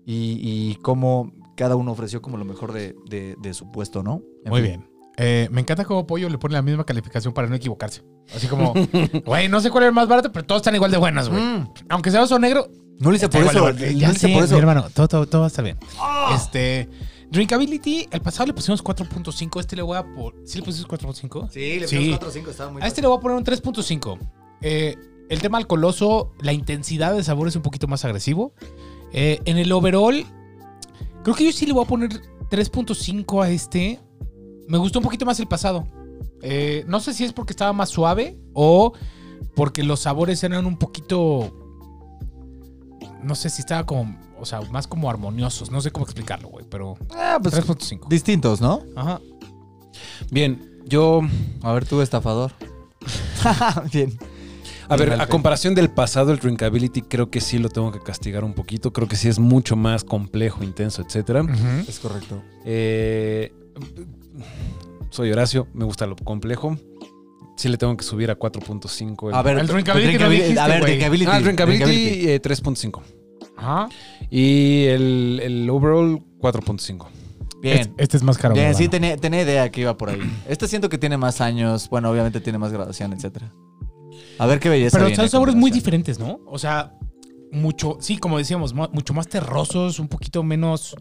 Speaker 4: y, y cómo cada uno ofreció como lo mejor de, de- de su puesto, ¿no? En
Speaker 3: Muy
Speaker 4: fin.
Speaker 3: bien. Eh, me encanta cómo Pollo le pone la misma calificación para no equivocarse. Así como, güey, no sé cuál es el más barato, pero todos están igual de buenas, güey.
Speaker 4: Mm.
Speaker 3: Aunque sea oso negro,
Speaker 4: No lo hice
Speaker 3: Está
Speaker 4: por
Speaker 3: igual
Speaker 4: eso.
Speaker 3: de-
Speaker 4: No
Speaker 3: ya
Speaker 4: lo hice
Speaker 3: sé,
Speaker 4: por eso. Ah.
Speaker 3: mi hermano, todo, todo, todo está bien. Este, Drinkability, el pasado le pusimos 4.5, este le voy a por... ¿Sí le pusimos 4.5?
Speaker 4: Sí, le
Speaker 3: Sí.
Speaker 4: puse 4 5. Estaba muy
Speaker 3: A este le voy a poner un 3.5. Eh, el tema alcoholoso, la intensidad de sabor es un poquito más agresivo. Eh, en el overall Creo que yo sí le voy a poner 3.5 a este. Me gustó un poquito más el pasado. Eh, no sé si es porque estaba más suave o porque los sabores eran un poquito. No sé si estaba como. O sea, más como armoniosos. No sé cómo explicarlo, güey, pero.
Speaker 4: Ah, pues
Speaker 3: 3.5.
Speaker 4: distintos, ¿no?
Speaker 3: Ajá.
Speaker 2: Bien, yo.
Speaker 4: A ver, tú, estafador. Bien.
Speaker 2: A ver,
Speaker 4: Igual,
Speaker 2: a
Speaker 4: sí.
Speaker 2: comparación del pasado, el Drinkability creo que sí lo tengo que castigar un poquito. Creo que sí es mucho más complejo, intenso, etcétera.
Speaker 4: Es correcto.
Speaker 2: Eh, soy Horacio, me gusta lo complejo. Sí le tengo que subir a 4.5. el-
Speaker 4: A ver,
Speaker 3: El drinkability lo dijiste,
Speaker 4: A ver,
Speaker 3: güey.
Speaker 4: drinkability.
Speaker 2: Ah, el Drinkability
Speaker 4: drinkability.
Speaker 2: eh, 3.5.
Speaker 3: Ajá.
Speaker 2: Y el, el overall 4.5.
Speaker 4: Bien.
Speaker 3: Este, este es más caro.
Speaker 4: Bien,
Speaker 3: ¿verdad?
Speaker 4: sí, tenía, tenía idea que iba por ahí. Este siento que tiene más años. Bueno, obviamente tiene más graduación, etcétera. A ver qué belleza.
Speaker 3: Pero
Speaker 4: viene
Speaker 3: son
Speaker 4: a
Speaker 3: sabores muy
Speaker 4: continuación.
Speaker 3: diferentes, ¿no? O sea, mucho, sí, como decíamos, mu- mucho más terrosos, un poquito menos,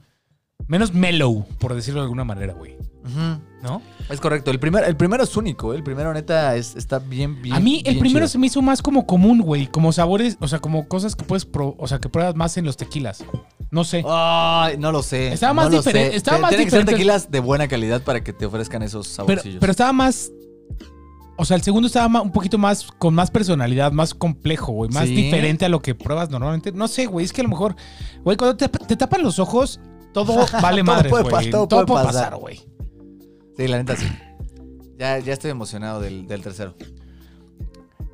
Speaker 3: menos mellow, por decirlo de alguna manera, güey.
Speaker 4: Ujú.
Speaker 3: ¿No?
Speaker 4: Es correcto. El, primer, el primero es único. ¿eh? El primero, neta, es, está bien, bien.
Speaker 3: A mí el
Speaker 4: bien
Speaker 3: primero
Speaker 4: chido.
Speaker 3: se me hizo más como común, güey, como sabores, o sea, como cosas que puedes, pro- o sea, que pruebas más en los tequilas. No sé.
Speaker 4: Oh, Ay, no lo sé.
Speaker 3: Estaba más
Speaker 4: no lo
Speaker 3: diferente-
Speaker 4: sé.
Speaker 3: estaba
Speaker 4: Te-
Speaker 3: más
Speaker 4: Tienen que
Speaker 3: diferente.
Speaker 4: ser tequilas de buena calidad para que te ofrezcan esos
Speaker 3: Pero,
Speaker 4: saborcillos.
Speaker 3: pero estaba más. O sea, el segundo estaba ma- un poquito más con más personalidad, más complejo, güey. Más
Speaker 4: Sí.
Speaker 3: diferente a lo que pruebas normalmente. No sé, güey. Es que a lo mejor, güey, cuando te, te tapan los ojos, todo vale
Speaker 4: Todo
Speaker 3: madre,
Speaker 4: puede
Speaker 3: güey.
Speaker 4: pas-
Speaker 3: todo,
Speaker 4: todo puede
Speaker 3: puede
Speaker 4: pasar.
Speaker 3: pasar, güey.
Speaker 4: Sí, la neta sí. Ya, ya estoy emocionado del, del tercero.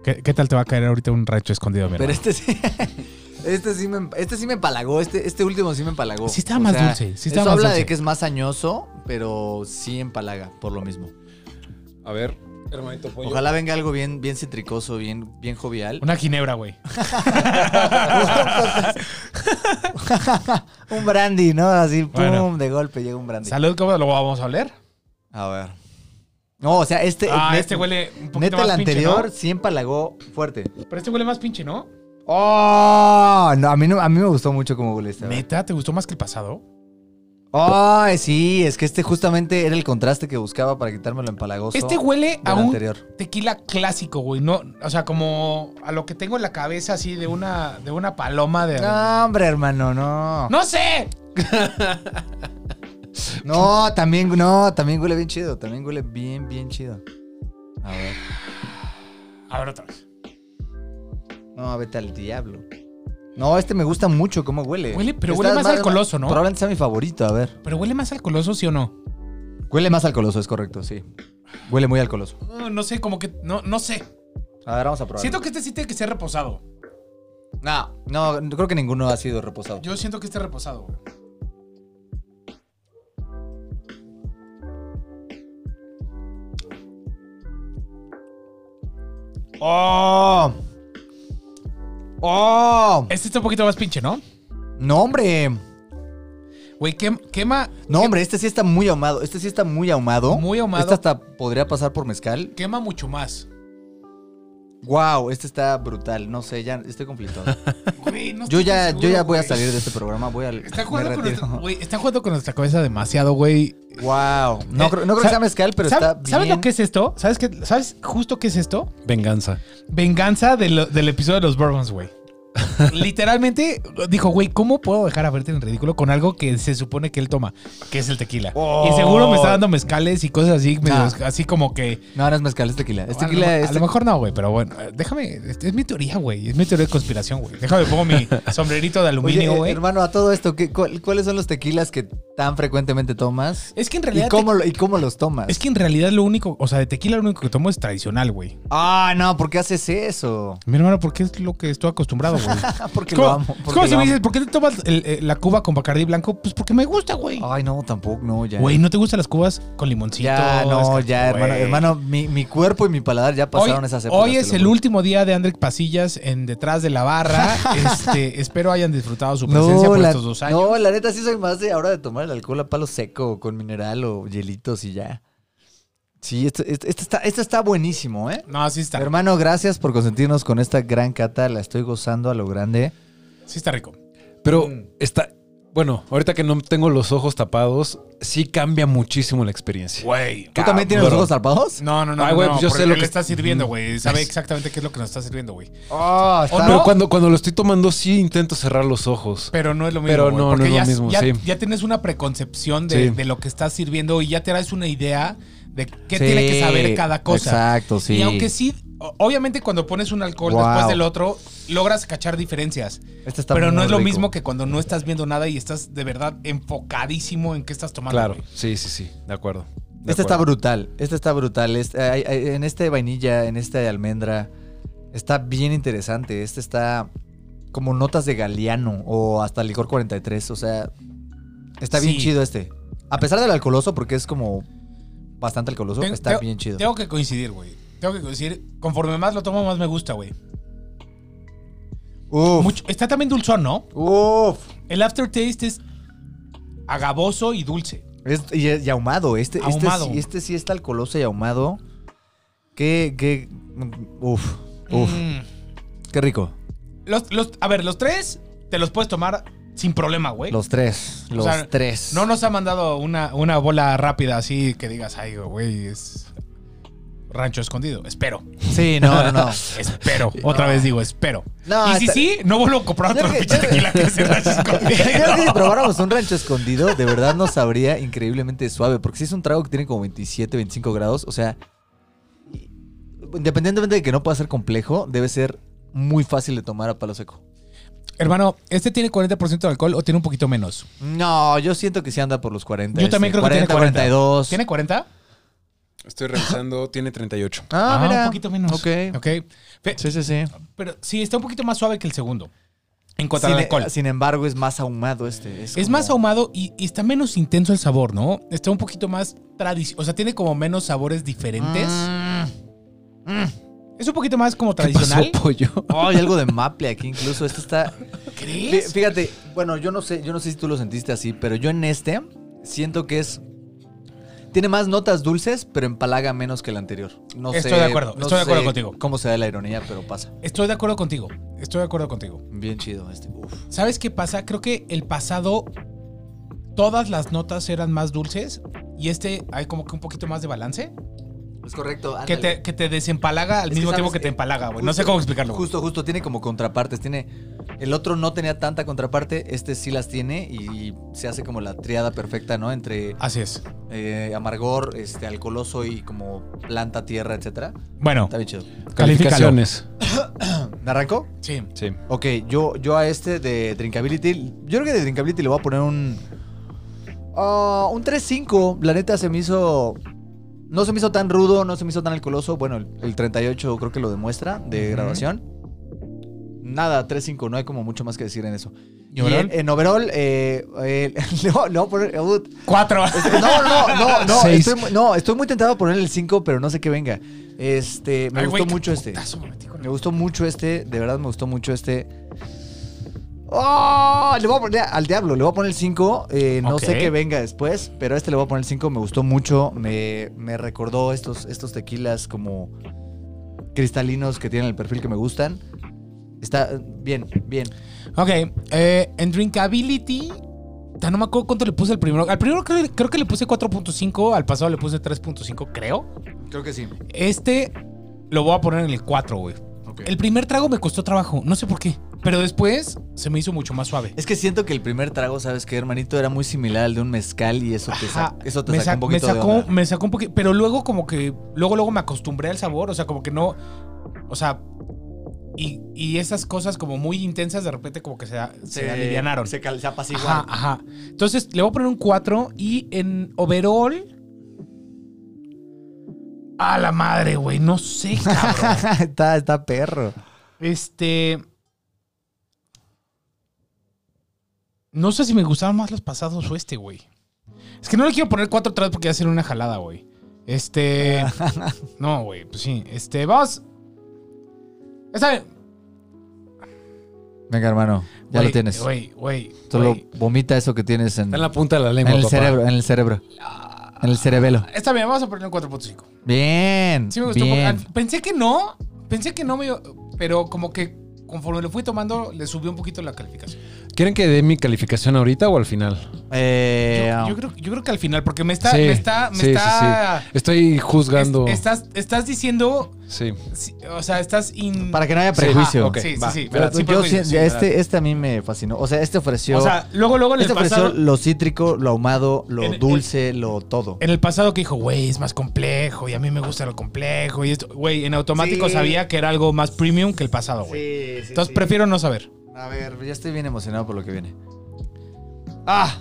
Speaker 3: ¿Qué, qué tal te va a caer ahorita un racho escondido, mi
Speaker 4: Pero
Speaker 3: hermano?
Speaker 4: este sí. Este sí, me, este sí me empalagó, este, este último sí me empalagó.
Speaker 3: Sí estaba más dulce, sí estaba
Speaker 4: eso
Speaker 3: más
Speaker 4: habla
Speaker 3: dulce.
Speaker 4: de que es más añoso, pero sí empalaga, por lo mismo.
Speaker 2: A ver, hermanito pollo.
Speaker 4: Ojalá venga algo bien, bien citricoso, bien, bien jovial.
Speaker 3: Una ginebra, güey.
Speaker 4: un brandy, ¿no? Así, pum,
Speaker 3: Bueno.
Speaker 4: de golpe llega un brandy.
Speaker 3: Salud, ¿cómo lo vamos a oler?
Speaker 4: A ver. No, o sea, este.
Speaker 3: Ah,
Speaker 4: net-
Speaker 3: este huele un poquito
Speaker 4: Neta, el
Speaker 3: más pinche,
Speaker 4: anterior
Speaker 3: ¿no?
Speaker 4: sí empalagó fuerte.
Speaker 3: Pero este huele más pinche, ¿no?
Speaker 4: ¡Oh! No, a mí, no, a mí me gustó mucho como huele este. ¿verdad?
Speaker 3: Neta, ¿te gustó más que el pasado?
Speaker 4: ¡Ay, sí! Es que este justamente era el contraste que buscaba para quitarme lo empalagoso.
Speaker 3: Este huele a
Speaker 4: del
Speaker 3: un
Speaker 4: anterior.
Speaker 3: tequila clásico, güey. No, o sea, como a lo que tengo en la cabeza así de una, de una paloma de.
Speaker 4: No, hombre, hermano, no.
Speaker 3: ¡No sé!
Speaker 4: No, también, no, también huele bien chido. También huele bien, bien chido. A ver.
Speaker 3: A ver otra vez.
Speaker 4: No, vete al diablo. No, este me gusta mucho cómo huele.
Speaker 3: Huele, pero
Speaker 4: Está
Speaker 3: huele más alcoholoso, ¿no?
Speaker 4: Probablemente sea mi favorito, a ver.
Speaker 3: Pero huele más alcoholoso, ¿sí o no?
Speaker 4: Huele más alcoholoso, es correcto, sí. Huele muy alcoholoso.
Speaker 3: No, no sé, como que. No, no sé.
Speaker 4: A ver, vamos a probar.
Speaker 3: Siento que este sí tiene que ser reposado.
Speaker 4: No, no, no creo que ninguno ha sido reposado.
Speaker 3: Yo siento que este reposado, güey.
Speaker 4: ¡Oh! ¡Oh!
Speaker 3: Este está un poquito más pinche, ¿no?
Speaker 4: No, hombre.
Speaker 3: Güey, quem- quema.
Speaker 4: No, hombre, este sí está muy ahumado. Este sí está muy ahumado.
Speaker 3: Muy ahumado.
Speaker 4: Este hasta podría pasar por mezcal.
Speaker 3: Quema mucho más.
Speaker 4: Wow, este está brutal. No sé, ya estoy conflictado.
Speaker 3: Güey, no
Speaker 4: Yo
Speaker 3: estoy
Speaker 4: ya,
Speaker 3: seguro,
Speaker 4: yo ya voy a
Speaker 3: güey.
Speaker 4: salir de este programa. Voy a.
Speaker 3: Está
Speaker 4: me
Speaker 3: jugando, con
Speaker 4: retiro.
Speaker 3: nuestra, güey, está jugando con nuestra cabeza demasiado, güey.
Speaker 4: Wow. No,
Speaker 3: Eh,
Speaker 4: creo- no creo que
Speaker 3: ¿sab-
Speaker 4: sea mezcal, pero
Speaker 3: ¿Sab-
Speaker 4: está bien.
Speaker 3: ¿Sabes lo que es esto? ¿Sabes, qué, ¿Sabes justo qué es esto?
Speaker 2: Venganza.
Speaker 3: Venganza de lo- del episodio de los Bourbons, güey. Literalmente dijo, güey, ¿cómo puedo dejar a verte en ridículo con algo que se supone que él toma, que es el tequila?
Speaker 4: Oh.
Speaker 3: Y seguro me está dando mezcales y cosas así, medio-
Speaker 4: Ah.
Speaker 3: así como que.
Speaker 4: No, no es mezcal, es tequila. Es
Speaker 3: a, lo,
Speaker 4: tequila.
Speaker 3: a
Speaker 4: es
Speaker 3: lo mejor no, güey, pero bueno, eh, déjame. Es, es mi teoría, güey. Es mi teoría de conspiración, güey. Déjame pongo mi sombrerito de
Speaker 4: Oye,
Speaker 3: aluminio,
Speaker 4: eh,
Speaker 3: güey.
Speaker 4: hermano, a todo esto, ¿qué- cuál- ¿cuáles son los tequilas que tan frecuentemente tomas?
Speaker 3: Es que en
Speaker 4: ¿Y
Speaker 3: realidad.
Speaker 4: cómo, lo- ¿Y cómo los tomas?
Speaker 3: te- es que en realidad lo único, o sea, de tequila lo único que tomo es tradicional, güey.
Speaker 4: Ah, no, ¿por qué haces eso?
Speaker 3: Mi hermano, porque es lo que estoy acostumbrado, güey.
Speaker 4: Ah, porque
Speaker 3: Es como-
Speaker 4: lo amo.
Speaker 3: es
Speaker 4: porque
Speaker 3: como
Speaker 4: lo
Speaker 3: si me
Speaker 4: amo.
Speaker 3: dices, ¿por qué te tomas el- eh, la cuba con Bacardí blanco? Pues porque me gusta, güey.
Speaker 4: Ay, no, tampoco, no, Oh, ya.
Speaker 3: Güey, ¿no te gustan las cubas con limoncito?
Speaker 4: ya, no,
Speaker 3: Es que,
Speaker 4: ya, hermano.
Speaker 3: güey.
Speaker 4: Hermano, mi, mi cuerpo y mi paladar ya
Speaker 3: Hoy,
Speaker 4: pasaron esas épocas.
Speaker 3: hoy
Speaker 4: te
Speaker 3: es
Speaker 4: lo
Speaker 3: el
Speaker 4: juro.
Speaker 3: último día de Andrés Pasillas en Detrás de la Barra. Este, espero hayan disfrutado su presencia por estos dos años.
Speaker 4: No, la neta sí soy más de ahora de tomar el alcohol a palo seco, con mineral o hielitos y ya. Sí, esto, esto- esto está, esto está buenísimo, ¿eh?
Speaker 3: No, sí está,
Speaker 4: Hermano, gracias por consentirnos con esta gran cata. La estoy gozando a lo grande.
Speaker 3: sí está rico.
Speaker 2: Pero
Speaker 3: Mm.
Speaker 2: está Bueno, ahorita que no tengo los ojos tapados, sí cambia muchísimo la experiencia.
Speaker 3: Güey.
Speaker 4: ¿Tú también tienes los
Speaker 2: Cabrón.
Speaker 4: ojos zarpados?
Speaker 3: No, no, no.
Speaker 2: Ay, güey,
Speaker 3: no,
Speaker 2: pues yo
Speaker 3: porque
Speaker 2: sé lo
Speaker 3: él
Speaker 2: que-
Speaker 3: está sirviendo, güey. Sabe
Speaker 2: Es-
Speaker 3: exactamente qué es lo que nos está sirviendo, güey. Oh,
Speaker 4: Ah, está-
Speaker 2: Pero cuando, cuando lo estoy tomando, sí intento cerrar los ojos.
Speaker 3: Pero no es lo mismo.
Speaker 2: Pero
Speaker 3: güey,
Speaker 2: no, no
Speaker 3: porque
Speaker 2: es lo
Speaker 3: ya,
Speaker 2: mismo,
Speaker 3: ya-
Speaker 2: sí.
Speaker 3: ya tienes una preconcepción de,
Speaker 2: Sí.
Speaker 3: de lo que estás sirviendo y ya te das una idea de qué tiene que saber cada cosa.
Speaker 4: Exacto, sí.
Speaker 3: Y aunque sí, o- obviamente cuando pones un alcohol
Speaker 4: Wow.
Speaker 3: después del otro, logras cachar diferencias.
Speaker 4: Este está
Speaker 3: pero no
Speaker 4: muy
Speaker 3: es lo
Speaker 4: rico.
Speaker 3: mismo que cuando no estás viendo nada y estás de verdad enfocadísimo en qué estás tomando.
Speaker 2: Claro,
Speaker 3: güey.
Speaker 2: sí, sí, sí, de acuerdo. de
Speaker 4: Este está
Speaker 2: acuerdo.
Speaker 4: brutal, este está brutal. Este- hay- hay- en este de vainilla, en este de almendra, está bien interesante. Este está como notas de galeano o hasta licor 43. O sea, está bien
Speaker 3: Sí.
Speaker 4: chido este. A pesar del alcoholoso, porque es como bastante alcoholoso,
Speaker 3: Ten-
Speaker 4: está
Speaker 3: tengo-
Speaker 4: bien chido.
Speaker 3: Tengo que coincidir, güey. Tengo que coincidir. Conforme más lo tomo, más me gusta, güey.
Speaker 4: Uf,
Speaker 3: Mucho- Está también dulzón, ¿no?
Speaker 4: uf.
Speaker 3: El aftertaste es agaboso y dulce.
Speaker 4: Es- y, y ahumado. Este, este
Speaker 3: Ahumado.
Speaker 4: sí- Este, sí está alcoholoso y ahumado. Qué, qué, uf, uf,
Speaker 3: Mm.
Speaker 4: qué rico.
Speaker 3: Los, los- a ver, los tres te los puedes tomar sin problema, güey.
Speaker 4: Los tres,
Speaker 3: O
Speaker 4: los
Speaker 3: sea,
Speaker 4: tres.
Speaker 3: No nos ha mandado una, una bola rápida así que digas, ay, güey, es rancho escondido. Espero,
Speaker 4: Sí, no, no, no.
Speaker 3: espero. Otra vez digo, espero.
Speaker 4: No,
Speaker 3: y si
Speaker 4: está-
Speaker 3: sí, no vuelvo a comprar
Speaker 4: Yo
Speaker 3: otro
Speaker 4: que-
Speaker 3: pinche
Speaker 4: yo que-
Speaker 3: tequila que es el rancho
Speaker 4: Creo que si
Speaker 3: escondido.
Speaker 4: probáramos un rancho escondido, de verdad nos sabría increíblemente suave. Porque si es un trago que tiene como 27, 25 grados, o sea, y- independientemente de que no pueda ser complejo, debe ser muy fácil de tomar a palo seco.
Speaker 3: Hermano, ¿este tiene 40% de alcohol o tiene un poquito menos?
Speaker 4: No, yo siento que sí anda por los 40.
Speaker 3: Yo también
Speaker 4: este,
Speaker 3: creo que tiene 40.
Speaker 4: 42.
Speaker 3: ¿Tiene 40?
Speaker 2: Estoy revisando, tiene 38.
Speaker 4: Ah, mira.
Speaker 3: un poquito menos.
Speaker 4: Ok.
Speaker 3: Ok. Fe-
Speaker 4: Sí, sí, sí.
Speaker 3: Pero sí, está un poquito más suave que el segundo. En cuanto
Speaker 4: sin, e-
Speaker 3: al alcohol.
Speaker 4: sin embargo, es más ahumado este. Es,
Speaker 3: Es
Speaker 4: como-
Speaker 3: más ahumado y, y está menos intenso el sabor, ¿no? Está un poquito más tradicional. O sea, tiene como menos sabores diferentes.
Speaker 4: Ah. Mm.
Speaker 3: Es un poquito más como tradicional.
Speaker 2: pollo?
Speaker 4: Oh, hay algo de maple aquí incluso. Este está. Fí-
Speaker 3: ¿Crees?
Speaker 4: Fíjate, bueno, yo no sé, yo no sé si tú lo sentiste así, pero yo en este siento que es. Tiene más notas dulces, pero empalaga menos que el anterior. No
Speaker 3: Estoy
Speaker 4: sé-
Speaker 3: de acuerdo,
Speaker 4: no
Speaker 3: estoy de acuerdo
Speaker 4: sé
Speaker 3: contigo.
Speaker 4: Cómo se da la ironía, pero pasa.
Speaker 3: Estoy de acuerdo contigo. Estoy de acuerdo contigo.
Speaker 4: Bien chido este. Uf.
Speaker 3: ¿Sabes qué pasa? Creo que el pasado todas las notas eran más dulces y este hay como que un poquito más de balance
Speaker 4: Es correcto.
Speaker 3: que
Speaker 4: ándale.
Speaker 3: te, que te desempalaga al
Speaker 4: Es que
Speaker 3: mismo tiempo
Speaker 4: sabes,
Speaker 3: que te
Speaker 4: eh,
Speaker 3: empalaga, güey. No
Speaker 4: justo-
Speaker 3: sé cómo explicarlo. güey.
Speaker 4: Justo, justo, tiene como contrapartes. Tiene. El otro no tenía tanta contraparte, este sí las tiene y se hace como la triada perfecta, ¿no? Entre
Speaker 3: Así es.
Speaker 4: eh, amargor, este, alcoholoso y como planta, tierra, etcétera.
Speaker 3: Bueno,
Speaker 4: Está bien chido.
Speaker 2: Calificaciones.
Speaker 4: ¿Me arranco?
Speaker 3: sí.
Speaker 2: Sí.
Speaker 4: Ok, yo, yo a este de Drinkability, yo creo que de Drinkability le voy a poner un... ah, un 3.5. La neta se me hizo... No se me hizo tan rudo, no se me hizo tan alcoholoso. Bueno, el, el 38 creo que lo demuestra de
Speaker 3: Ujú.
Speaker 4: graduación. Nada, 3.5, no hay como mucho más que decir en eso.
Speaker 3: ¿Y overall?
Speaker 4: En, en overall, eh, eh, le, voy, le voy a poner... uh,
Speaker 3: Cuatro.
Speaker 4: este, no, no, no, no,
Speaker 2: Seis.
Speaker 4: estoy, muy- no, estoy muy tentado a poner el 5, pero no sé qué venga. Este, me
Speaker 3: Ay,
Speaker 4: gustó
Speaker 3: güey, qué
Speaker 4: mucho este.
Speaker 3: putazo me metí con
Speaker 4: Me gustó mucho este, de verdad me gustó mucho este. ¡Oh! Le voy a poner al diablo, le voy a poner el 5. no
Speaker 3: Ok.
Speaker 4: sé qué venga después, pero este le voy a poner el 5. Me gustó mucho. Me, me recordó estos, estos tequilas como cristalinos que tienen el perfil que me gustan. Está eh, bien, bien.
Speaker 3: Ok, eh, en Drinkability, ta, no me acuerdo cuánto le puse al primero. Al primero creo, creo que le puse 4.5, al pasado le puse 3.5, creo.
Speaker 4: Creo que sí.
Speaker 3: Este lo voy a poner en el 4, güey. El primer trago me costó trabajo, no sé por qué. Pero después se me hizo mucho más suave.
Speaker 4: Es que siento que el primer trago, ¿sabes qué, hermanito? Era muy similar al de un mezcal y eso te, sa-
Speaker 3: Ajá,
Speaker 4: eso te
Speaker 3: me
Speaker 4: saca
Speaker 3: sa-
Speaker 4: un poquito
Speaker 3: me
Speaker 4: de
Speaker 3: sacó,
Speaker 4: onda.
Speaker 3: me sacó un poquito, pero luego como que, luego luego me acostumbré al sabor, o sea, como que no, o sea, y, y esas cosas como muy intensas de repente como que se, se alivianaron.
Speaker 4: Se, cal- se apaciguaron.
Speaker 3: Ajá, ajá. Entonces le voy a poner un 4 y en overall. A la madre, güey. No sé, cabrón.
Speaker 4: está, está perro.
Speaker 3: este. No sé si me gustaban más los pasados o este, güey. Es que no le quiero poner 4 atrás porque va a ser una jalada, güey. Este. no, güey. Pues sí. Este, vamos. Está bien.
Speaker 4: Venga, hermano, ya
Speaker 3: Güey,
Speaker 4: lo tienes.
Speaker 3: Güey, güey.
Speaker 4: Solo
Speaker 3: güey.
Speaker 4: vomita eso que tienes en,
Speaker 2: Está en la punta de la
Speaker 4: en
Speaker 2: lengua,
Speaker 4: el
Speaker 2: papá.
Speaker 4: cerebro, en el cerebro. En el cerebelo.
Speaker 3: Está bien, vamos a ponerle un 4.5.
Speaker 4: Bien.
Speaker 3: Sí me gustó.
Speaker 4: bien.
Speaker 3: porque- Pensé que no, pensé que no me, pero como que conforme lo fui tomando le subió un poquito la calificación.
Speaker 2: ¿Quieren que dé mi calificación ahorita o al final?
Speaker 4: Eh,
Speaker 3: Yo, yo creo, yo creo que al final, porque me está.
Speaker 2: Sí,
Speaker 3: me está, me
Speaker 2: sí, sí,
Speaker 3: está
Speaker 2: Estoy juzgando.
Speaker 3: es- estás, estás diciendo.
Speaker 2: Sí.
Speaker 3: sí, O sea, estás. in-
Speaker 4: Para que no haya
Speaker 2: Sí,
Speaker 4: prejuicio.
Speaker 3: Ah,
Speaker 2: ok,
Speaker 3: sí,
Speaker 2: va.
Speaker 3: sí, sí.
Speaker 4: Pero
Speaker 3: ¿verdad? Sí,
Speaker 4: yo
Speaker 3: prejuicio,
Speaker 4: sí-
Speaker 3: sí, ¿verdad?
Speaker 4: este, este a mí me fascinó. O sea, este ofreció.
Speaker 3: O sea, luego, luego en
Speaker 4: este
Speaker 3: el
Speaker 4: ofreció
Speaker 3: pasado.
Speaker 4: lo cítrico, lo ahumado, lo
Speaker 3: En el-
Speaker 4: dulce, lo todo.
Speaker 3: En el pasado que dijo, güey, es más complejo y a mí me gusta lo complejo y esto. Güey, en automático
Speaker 4: Sí.
Speaker 3: sabía que era algo más premium que el pasado, güey. Entonces prefiero no saber.
Speaker 4: A ver, ya estoy bien emocionado por lo que viene. ¡Ah!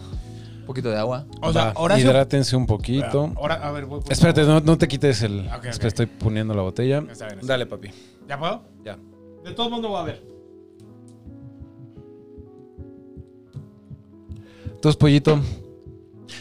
Speaker 4: Un poquito de agua.
Speaker 3: O sea,
Speaker 2: Va,
Speaker 3: Horacio.
Speaker 2: Hidrátense un poquito.
Speaker 3: Ahora, a ver, voy. voy-
Speaker 2: Espérate, no, no te quites el.
Speaker 3: Ok, ok.
Speaker 2: Es que estoy poniendo la botella.
Speaker 3: Está bien, está
Speaker 2: Dale, papi.
Speaker 3: ¿Ya puedo?
Speaker 2: Ya.
Speaker 3: De todo mundo voy a ver.
Speaker 4: Eh.
Speaker 2: Entonces, pollito.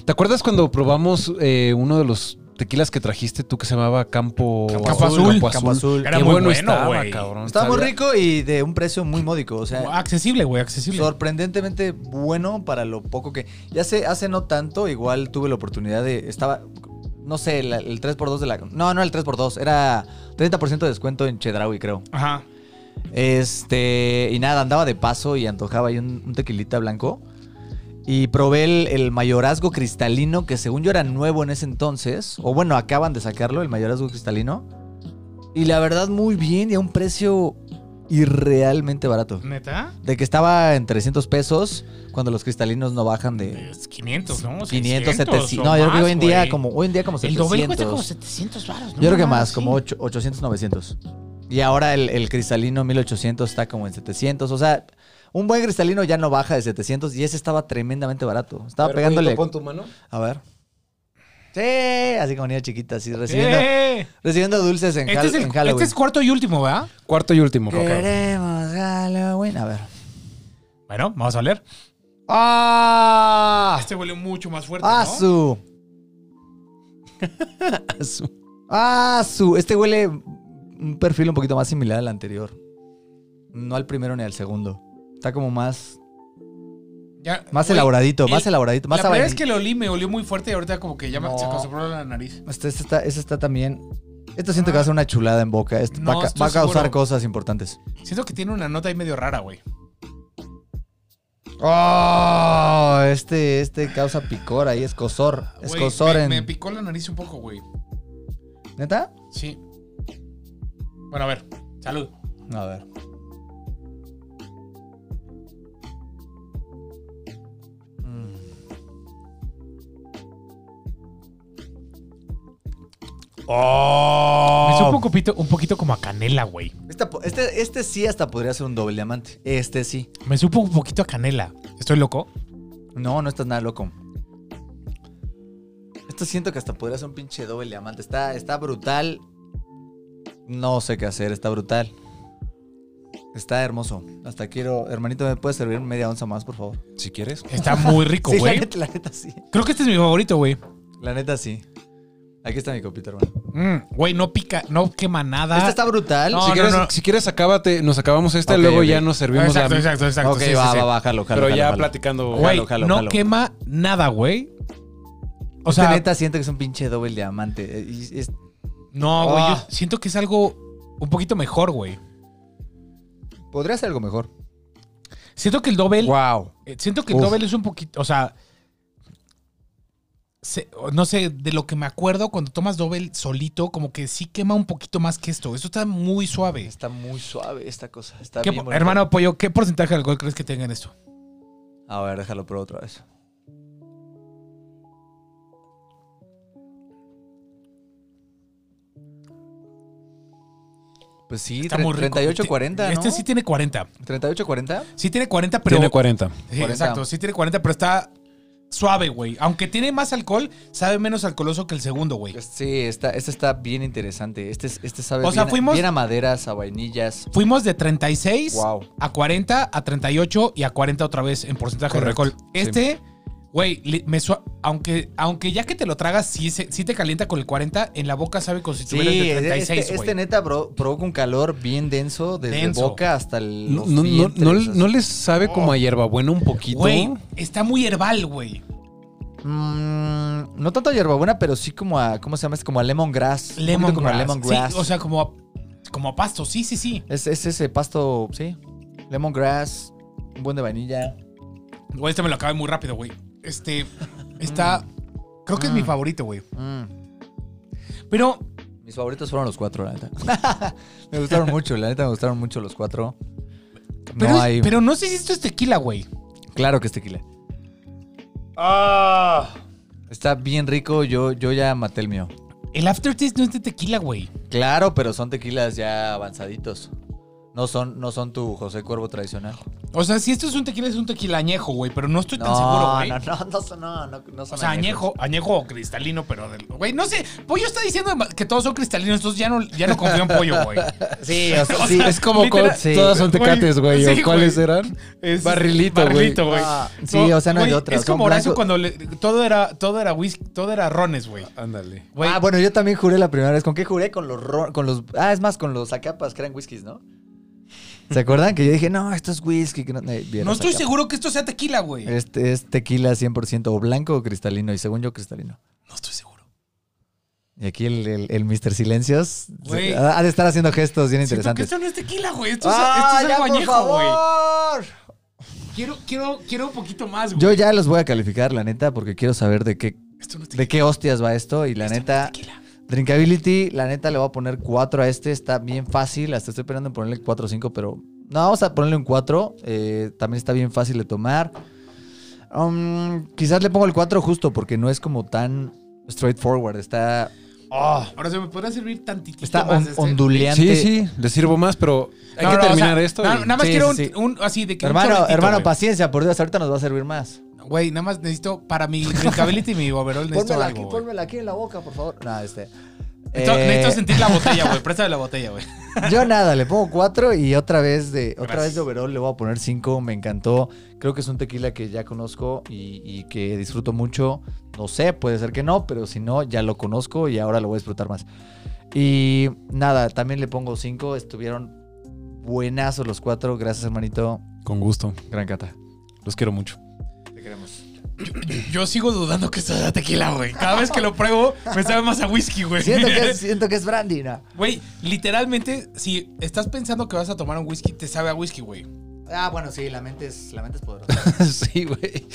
Speaker 2: ¿Te acuerdas cuando probamos eh, uno de los tequilas que trajiste tú que se llamaba Campo,
Speaker 3: Campo Azul.
Speaker 2: Campo
Speaker 4: Campo
Speaker 2: Azul.
Speaker 4: azul.
Speaker 3: Era
Speaker 2: Qué
Speaker 3: muy
Speaker 2: bueno,
Speaker 3: bueno,
Speaker 2: estaba,
Speaker 3: güey.
Speaker 2: cabrón.
Speaker 4: Estaba muy
Speaker 2: Sabía-
Speaker 4: rico y de un precio muy módico. O sea,
Speaker 3: Accesible, güey, accesible.
Speaker 4: sorprendentemente bueno para lo poco que. Ya sé, hace no tanto, igual tuve la oportunidad de. Estaba. No sé, la- el 3x2 de la. No, no era el 3x2, era 30% de descuento en Chedraui, creo.
Speaker 3: Ajá.
Speaker 4: Este. Y nada, andaba de paso y antojaba ahí un, un tequilita blanco. Y probé el, el mayorazgo cristalino, que según yo era nuevo en ese entonces. O bueno, acaban de sacarlo, el mayorazgo cristalino. Y la verdad, muy bien y a un precio irrealmente barato.
Speaker 3: ¿Neta?
Speaker 4: De que estaba en 300 pesos cuando los cristalinos no bajan de
Speaker 3: Es 500, ¿no?
Speaker 4: 500,
Speaker 3: 700.
Speaker 4: 700. No, yo creo que hoy en día como, hoy en día como
Speaker 3: El
Speaker 4: 700.
Speaker 3: doble cuesta como 700 baros, ¿no?
Speaker 4: Yo creo que
Speaker 3: Ah,
Speaker 4: más,
Speaker 3: sí.
Speaker 4: como ocho- 800, 900. Y ahora el, el cristalino 1800 está como en 700. O sea, un buen cristalino ya no baja de 700 y ese estaba tremendamente barato. Estaba pegándole.
Speaker 2: Pon tu mano.
Speaker 4: A ver. Sí, así como niña chiquita, así recibiendo,
Speaker 3: ¡Eh!
Speaker 4: recibiendo dulces en,
Speaker 3: Este
Speaker 4: Hal-
Speaker 3: es, el,
Speaker 4: en
Speaker 3: este
Speaker 4: Halloween.
Speaker 3: es cuarto y último, ¿verdad?
Speaker 2: Cuarto y último.
Speaker 4: Queremos Halloween. A ver.
Speaker 3: Bueno, vamos a leer.
Speaker 4: ¡Ah!
Speaker 3: Este huele mucho más fuerte, ¿no?
Speaker 4: ¡Asu! ¡Asu! Este huele un perfil un poquito más similar al anterior. No al primero ni al segundo. Está como más,
Speaker 3: Ya,
Speaker 4: más
Speaker 3: güey,
Speaker 4: elaboradito,
Speaker 3: el-
Speaker 4: más elaboradito, más
Speaker 3: la primera
Speaker 4: vainilla.
Speaker 3: vez que lo olí me olió muy fuerte y ahorita como que ya me
Speaker 4: No.
Speaker 3: se acostumbró la nariz.
Speaker 4: este, este está, este está también... Esto siento que va a ser una chulada en boca. Este
Speaker 3: Ah. No,
Speaker 4: va, a ca-
Speaker 3: estoy
Speaker 4: va a causar
Speaker 3: seguro.
Speaker 4: cosas importantes.
Speaker 3: Siento que tiene una nota ahí medio rara, güey.
Speaker 4: ¡Oh! Este, este causa picor ahí, escosor.
Speaker 3: Güey,
Speaker 4: Escosor
Speaker 3: me,
Speaker 4: en...
Speaker 3: me picó la nariz un poco, güey.
Speaker 4: ¿Neta?
Speaker 3: Sí. Bueno, a ver. Salud.
Speaker 4: A ver. Mm.
Speaker 3: Me supo un
Speaker 4: Oh.
Speaker 3: poquito, un poquito como a canela, güey.
Speaker 4: Esta po- este, este sí hasta podría ser un doble diamante. Este sí.
Speaker 3: Me supo un poquito a canela. ¿Estoy loco?
Speaker 4: No, no estás nada loco. Esto siento que hasta podría ser un pinche doble diamante. Está, está brutal. No sé qué hacer, está brutal. Está hermoso. Hasta quiero. Hermanito, ¿me puedes servir media onza más, por favor?
Speaker 2: Si quieres.
Speaker 3: Está muy rico,
Speaker 4: Sí, la
Speaker 3: güey.
Speaker 4: neta, la neta sí.
Speaker 3: Creo que este es mi favorito, güey.
Speaker 4: La neta sí. Aquí está mi copita, hermano.
Speaker 3: Mm, Güey, no pica, no quema nada.
Speaker 4: Este está brutal.
Speaker 3: No,
Speaker 2: si,
Speaker 3: no,
Speaker 2: quieres
Speaker 3: no.
Speaker 2: si quieres, acábate. Nos acabamos esta
Speaker 4: Ok,
Speaker 2: y luego
Speaker 4: ok.
Speaker 2: ya nos servimos
Speaker 3: exacto,
Speaker 2: la.
Speaker 3: exacto, exacto.
Speaker 4: ok,
Speaker 3: sí, sí,
Speaker 4: va,
Speaker 3: sí.
Speaker 4: va, va, jalo, jalo.
Speaker 2: Pero
Speaker 4: jalo,
Speaker 2: ya
Speaker 4: jalo.
Speaker 2: platicando.
Speaker 3: Güey,
Speaker 4: Jalo, jalo,
Speaker 3: no
Speaker 4: jalo.
Speaker 3: quema nada, güey. O
Speaker 4: Este
Speaker 3: sea,
Speaker 4: neta siento que es un pinche doble diamante. Eh, y es-
Speaker 3: no, güey.
Speaker 4: Ah.
Speaker 3: Yo siento que es algo un poquito mejor, güey.
Speaker 4: podría ser algo mejor.
Speaker 3: Siento que el doble
Speaker 4: Wow.
Speaker 3: Eh, Siento que el
Speaker 4: Uf.
Speaker 3: Dobel es un poquito, o sea, se- o no sé, de lo que me acuerdo cuando tomas Dobel solito, como que sí quema un poquito más que esto. Esto está muy suave.
Speaker 4: Está muy suave esta cosa. Está
Speaker 3: ¿Qué
Speaker 4: bien
Speaker 3: po-
Speaker 4: bonita.
Speaker 3: hermano Pollo, ¿qué porcentaje de alcohol crees que tenga en esto?
Speaker 4: A ver, déjalo por otra vez. Pues sí,
Speaker 3: Está
Speaker 4: tre-
Speaker 3: muy rico.
Speaker 4: 38, 40, ¿no?
Speaker 3: Este sí tiene 40.
Speaker 4: 38, 40.
Speaker 3: Sí tiene 40, pero...
Speaker 2: Tiene 40.
Speaker 3: Sí,
Speaker 4: 40.
Speaker 3: exacto, sí tiene 40, pero está suave, güey. Aunque tiene más alcohol, sabe menos alcoholoso que el segundo, güey.
Speaker 4: Sí, está, este está bien interesante. Este, es- este sabe
Speaker 3: O sea,
Speaker 4: bien,
Speaker 3: fuimos-
Speaker 4: bien a maderas, a vainillas.
Speaker 3: Fuimos de 36
Speaker 4: Wow.
Speaker 3: a 40, a 38 y a 40 otra vez en porcentaje
Speaker 2: Correcto,
Speaker 3: de alcohol.
Speaker 2: sí.
Speaker 3: Este, güey, le- me sua- aunque, aunque ya que te lo tragas, sí, se- sí te calienta con el 40, en la boca sabe como si
Speaker 4: Sí,
Speaker 3: tuvieras de 36,
Speaker 4: este,
Speaker 3: güey.
Speaker 4: este neta bro- provoca un calor bien denso desde
Speaker 3: Denso.
Speaker 4: boca hasta el-
Speaker 2: No,
Speaker 4: los
Speaker 2: no, no,
Speaker 4: vientres,
Speaker 2: no-
Speaker 4: así.
Speaker 2: no les sabe como a hierbabuena un poquito.
Speaker 3: Oh. Güey, está muy herbal, güey.
Speaker 4: Mm, no tanto a hierbabuena, pero sí como a ¿cómo se llama? Es como a lemongrass. Un poquito
Speaker 3: Lemon
Speaker 4: como a lemongrass.
Speaker 3: Sí, o sea, como a, como a pasto, sí, sí, sí.
Speaker 4: es, es ese pasto, sí. Lemongrass, un buen de vainilla.
Speaker 3: Igual este me lo acabé muy rápido, güey. Este está. Creo que es mi
Speaker 4: Mm.
Speaker 3: favorito, güey.
Speaker 4: Mm.
Speaker 3: Pero
Speaker 4: Mis favoritos fueron los cuatro, la neta. me gustaron mucho, la neta me gustaron mucho los cuatro.
Speaker 3: pero
Speaker 4: no
Speaker 3: es-
Speaker 4: hay.
Speaker 3: pero no sé si esto es tequila, güey.
Speaker 4: Claro que es tequila.
Speaker 3: Ah.
Speaker 4: Está bien rico, yo, yo ya maté el mío.
Speaker 3: El aftertaste no es de tequila, güey.
Speaker 4: Claro, pero son tequilas ya avanzaditos. No son, no son tu José Cuervo tradicional.
Speaker 3: O sea, si esto es un tequila, es un tequila añejo, güey. Pero no estoy tan seguro, güey.
Speaker 4: no, no, no, son- no, no, no son
Speaker 3: O sea, añejo, añejo o cristalino, pero del- güey, no sé. Pollo está diciendo que todos son cristalinos, entonces ya no, ya no confío en pollo, güey.
Speaker 4: Sí, o sea,
Speaker 3: O
Speaker 4: sí.
Speaker 3: sea,
Speaker 2: Es como
Speaker 3: literal-
Speaker 2: con- todas son tecates, güey. ¿o
Speaker 3: sí,
Speaker 2: ¿Cuáles
Speaker 3: güey.
Speaker 2: eran?
Speaker 3: Es-
Speaker 2: Barrilito, güey.
Speaker 3: Barrilito, güey.
Speaker 4: Ah, sí, o sea, no hay
Speaker 3: güey,
Speaker 4: de otra,
Speaker 3: Es
Speaker 4: son
Speaker 3: como Horacio
Speaker 4: blanco-
Speaker 3: cuando le- todo era, todo era whisky, todo era rones, güey.
Speaker 2: Ándale.
Speaker 3: Güey,
Speaker 4: Ah, bueno, yo también juré la primera vez. ¿Con qué juré? Con los ro- con los Ah, es más, con los acapas, que eran whiskies, ¿no? ¿Se acuerdan? Que yo dije, no, esto es whisky. que no, eh, bien,
Speaker 3: no
Speaker 4: los
Speaker 3: estoy
Speaker 4: Zacapa.
Speaker 3: seguro que esto sea tequila, güey.
Speaker 4: Este es tequila 100% o blanco o cristalino, y según yo, cristalino.
Speaker 3: No estoy seguro.
Speaker 4: Y aquí el, el, el Mr. Silencios
Speaker 3: Güey.
Speaker 4: se- ha ha de estar haciendo gestos bien
Speaker 3: Siento que
Speaker 4: interesantes.
Speaker 3: esto no es tequila, güey. Esto es,
Speaker 4: ¡Ah,
Speaker 3: esto es
Speaker 4: ya,
Speaker 3: algo
Speaker 4: por
Speaker 3: añejo, güey.
Speaker 4: favor!
Speaker 3: Quiero, quiero, quiero un poquito más,
Speaker 4: Yo
Speaker 3: güey.
Speaker 4: ya los voy a calificar, la neta, porque quiero saber de qué,
Speaker 3: Esto no es tequila.
Speaker 4: de qué hostias va esto. Y la
Speaker 3: esto no es
Speaker 4: neta,
Speaker 3: tequila.
Speaker 4: Drinkability, la neta le voy a poner 4 a este, está bien fácil, hasta estoy esperando en ponerle 4 o 5, pero no, vamos a ponerle un 4, eh, también está bien fácil de tomar. Um, quizás le pongo el 4 justo porque no es como tan straightforward, está, Ah.
Speaker 3: Ahora se me podrá servir tantitito
Speaker 4: está
Speaker 3: más
Speaker 4: on-
Speaker 3: de este?
Speaker 4: onduleante.
Speaker 2: Sí, sí, le sirvo más, pero hay
Speaker 3: No,
Speaker 2: que
Speaker 3: no, o sea,
Speaker 2: terminar esto.
Speaker 3: na-
Speaker 2: y-
Speaker 3: Nada, más
Speaker 4: Sí,
Speaker 3: quiero
Speaker 4: sí,
Speaker 3: un, un- así de que un
Speaker 4: Hermano,
Speaker 3: chorritito,
Speaker 4: hermano,
Speaker 3: güey.
Speaker 4: paciencia, por Dios, ahorita nos va a servir más.
Speaker 3: Güey, nada más necesito para mi drinkability y mi overall necesito
Speaker 4: Pónmela
Speaker 3: algo.
Speaker 4: aquí,
Speaker 3: güey.
Speaker 4: pónmela aquí en la boca, por favor. No, este.
Speaker 3: Necesito,
Speaker 4: eh,
Speaker 3: necesito sentir la botella, güey. Préstame la botella, güey.
Speaker 4: Yo nada, le pongo cuatro y otra vez de otra
Speaker 3: Gracias.
Speaker 4: vez de overall le voy a poner cinco. Me encantó. Creo que es un tequila que ya conozco y, y que disfruto mucho. No sé, puede ser que no, pero si no, ya lo conozco y ahora lo voy a disfrutar más. Y nada, también le pongo cinco. Estuvieron buenazos los cuatro. Gracias, hermanito.
Speaker 2: Con gusto.
Speaker 4: Gran cata.
Speaker 2: Los quiero mucho.
Speaker 4: Te queremos.
Speaker 3: Yo sigo dudando que esto sea tequila, güey. Cada vez que lo pruebo, me sabe más a whisky, güey.
Speaker 4: Siento que es, siento que es brandy, ¿no?
Speaker 3: Güey, literalmente, si estás pensando que vas a tomar un whisky, te sabe a whisky, güey.
Speaker 4: Ah, bueno, sí, la mente es, la mente es poderosa.
Speaker 2: sí, güey.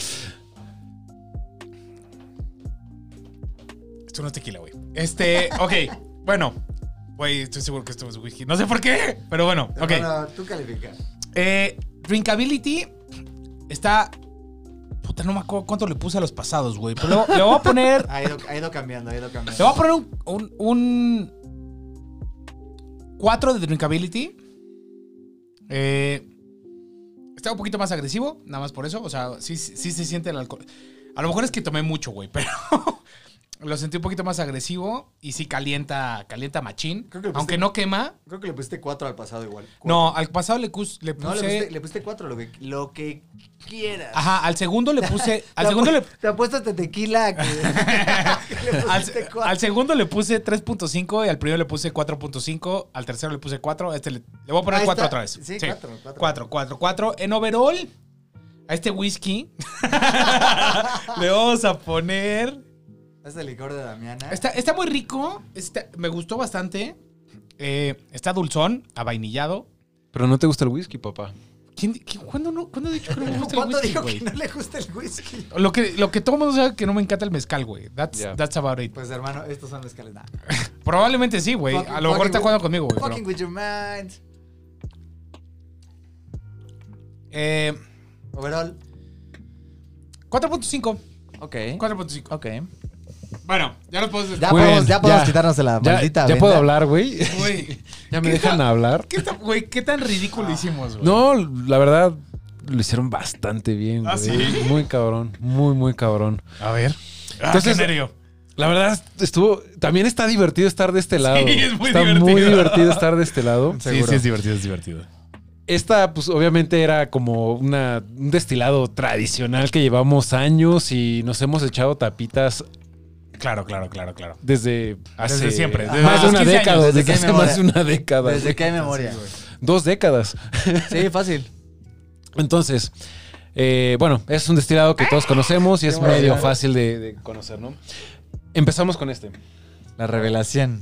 Speaker 3: Esto no es tequila, güey. Este, ok. Bueno, güey, estoy seguro que esto es whisky. No sé por qué, pero bueno, ok.
Speaker 4: Hermano, tú calificas.
Speaker 3: Eh, drinkability está. Puta, no me acuerdo cuánto le puse a los pasados, güey. Pero le, le voy a poner.
Speaker 4: Ha ido, ha ido cambiando, ha ido cambiando.
Speaker 3: Le voy a poner un. un, 4 de drinkability. Eh, está un poquito más agresivo, nada más por eso. O sea, sí, sí se siente el alcohol. A lo mejor es que tomé mucho, güey, pero. lo sentí un poquito más agresivo y sí calienta, calienta machín.
Speaker 4: Creo que le pusiste-
Speaker 3: Aunque no quema.
Speaker 4: Creo que le pusiste cuatro al pasado igual.
Speaker 3: No, al pasado le, cus- le puse.
Speaker 4: No, le pusiste, le pusiste cuatro, lo que, lo que quieras.
Speaker 3: Ajá, al segundo le puse.
Speaker 4: Te
Speaker 3: Al
Speaker 4: apu-
Speaker 3: segundo le,
Speaker 4: Te apuesto este tequila que, que le
Speaker 3: Al,
Speaker 4: pusiste cuatro.
Speaker 3: al segundo le puse 3.5 y al primero le puse 4.5, al tercero le puse 4, a este le, le voy a poner
Speaker 4: Ahí
Speaker 3: 4
Speaker 4: está.
Speaker 3: otra vez.
Speaker 4: Sí, cuatro, cuatro.
Speaker 3: 4, 4, 4. En overall, a este whisky le vamos a poner...
Speaker 4: Es el licor de Damiana.
Speaker 3: Está, está muy rico, está- me gustó bastante. Eh, está dulzón, avainillado.
Speaker 2: Pero no te gusta el whisky, papá.
Speaker 3: ¿Quién, quién- cuándo, no, cuándo he dicho que no me gusta el
Speaker 4: ¿Cuándo
Speaker 3: whisky,
Speaker 4: dijo
Speaker 3: güey?
Speaker 4: que no le gusta el whisky?
Speaker 3: Lo que, lo que todo el mundo sabe que no me encanta el mezcal, güey. That's,
Speaker 2: Ya.
Speaker 3: that's about it.
Speaker 4: Pues hermano, estos son mezcales. Nah.
Speaker 3: Probablemente sí, güey.
Speaker 4: Fucking-
Speaker 3: A lo mejor
Speaker 4: fucking
Speaker 3: está
Speaker 4: with-
Speaker 3: jugando conmigo, güey. pero-
Speaker 4: Fucking with your mind.
Speaker 3: Eh,
Speaker 4: Overall.
Speaker 3: 4.5.
Speaker 4: Ok.
Speaker 3: 4.5.
Speaker 4: Ok.
Speaker 3: Bueno, ya los puedes
Speaker 4: Ya
Speaker 2: Muy
Speaker 4: podemos,
Speaker 2: bien,
Speaker 4: ya podemos
Speaker 2: ya.
Speaker 4: quitarnos de la
Speaker 2: Ya,
Speaker 4: maldita
Speaker 2: ya
Speaker 4: venda.
Speaker 2: puedo hablar, güey.
Speaker 3: Güey,
Speaker 2: ya me
Speaker 3: ¿qué
Speaker 2: dejan
Speaker 3: tal?
Speaker 2: hablar.
Speaker 3: ¿qué, tan- güey, qué tan ridículo hicimos, güey.
Speaker 2: No, la verdad, lo hicieron bastante bien, güey.
Speaker 3: ¿Ah, sí?
Speaker 2: Muy cabrón, muy, muy cabrón.
Speaker 3: A ver.
Speaker 2: Entonces-
Speaker 3: Entonces, en serio.
Speaker 2: La verdad, estuvo. También está divertido estar de este lado.
Speaker 3: es muy
Speaker 2: está
Speaker 3: divertido.
Speaker 2: muy divertido estar de este lado.
Speaker 4: seguro.
Speaker 3: divertido, es divertido.
Speaker 2: Esta, pues obviamente era como una, un destilado tradicional que llevamos años y nos hemos echado tapitas
Speaker 3: Claro, claro, claro, claro.
Speaker 2: desde hace.
Speaker 3: siempre, desde
Speaker 2: más de
Speaker 3: los
Speaker 2: una
Speaker 3: 15
Speaker 2: década,
Speaker 3: años,
Speaker 2: desde,
Speaker 4: desde que
Speaker 2: que
Speaker 4: hay
Speaker 2: hace
Speaker 4: memoria.
Speaker 2: más de una década.
Speaker 4: Desde
Speaker 2: güey.
Speaker 4: que hay memoria.
Speaker 2: Dos décadas.
Speaker 4: Sí, fácil.
Speaker 2: Entonces, eh, bueno, es un destilado que todos conocemos y es
Speaker 4: bueno.
Speaker 2: medio fácil de, de conocer, ¿no? Empezamos con este.
Speaker 4: La revelación.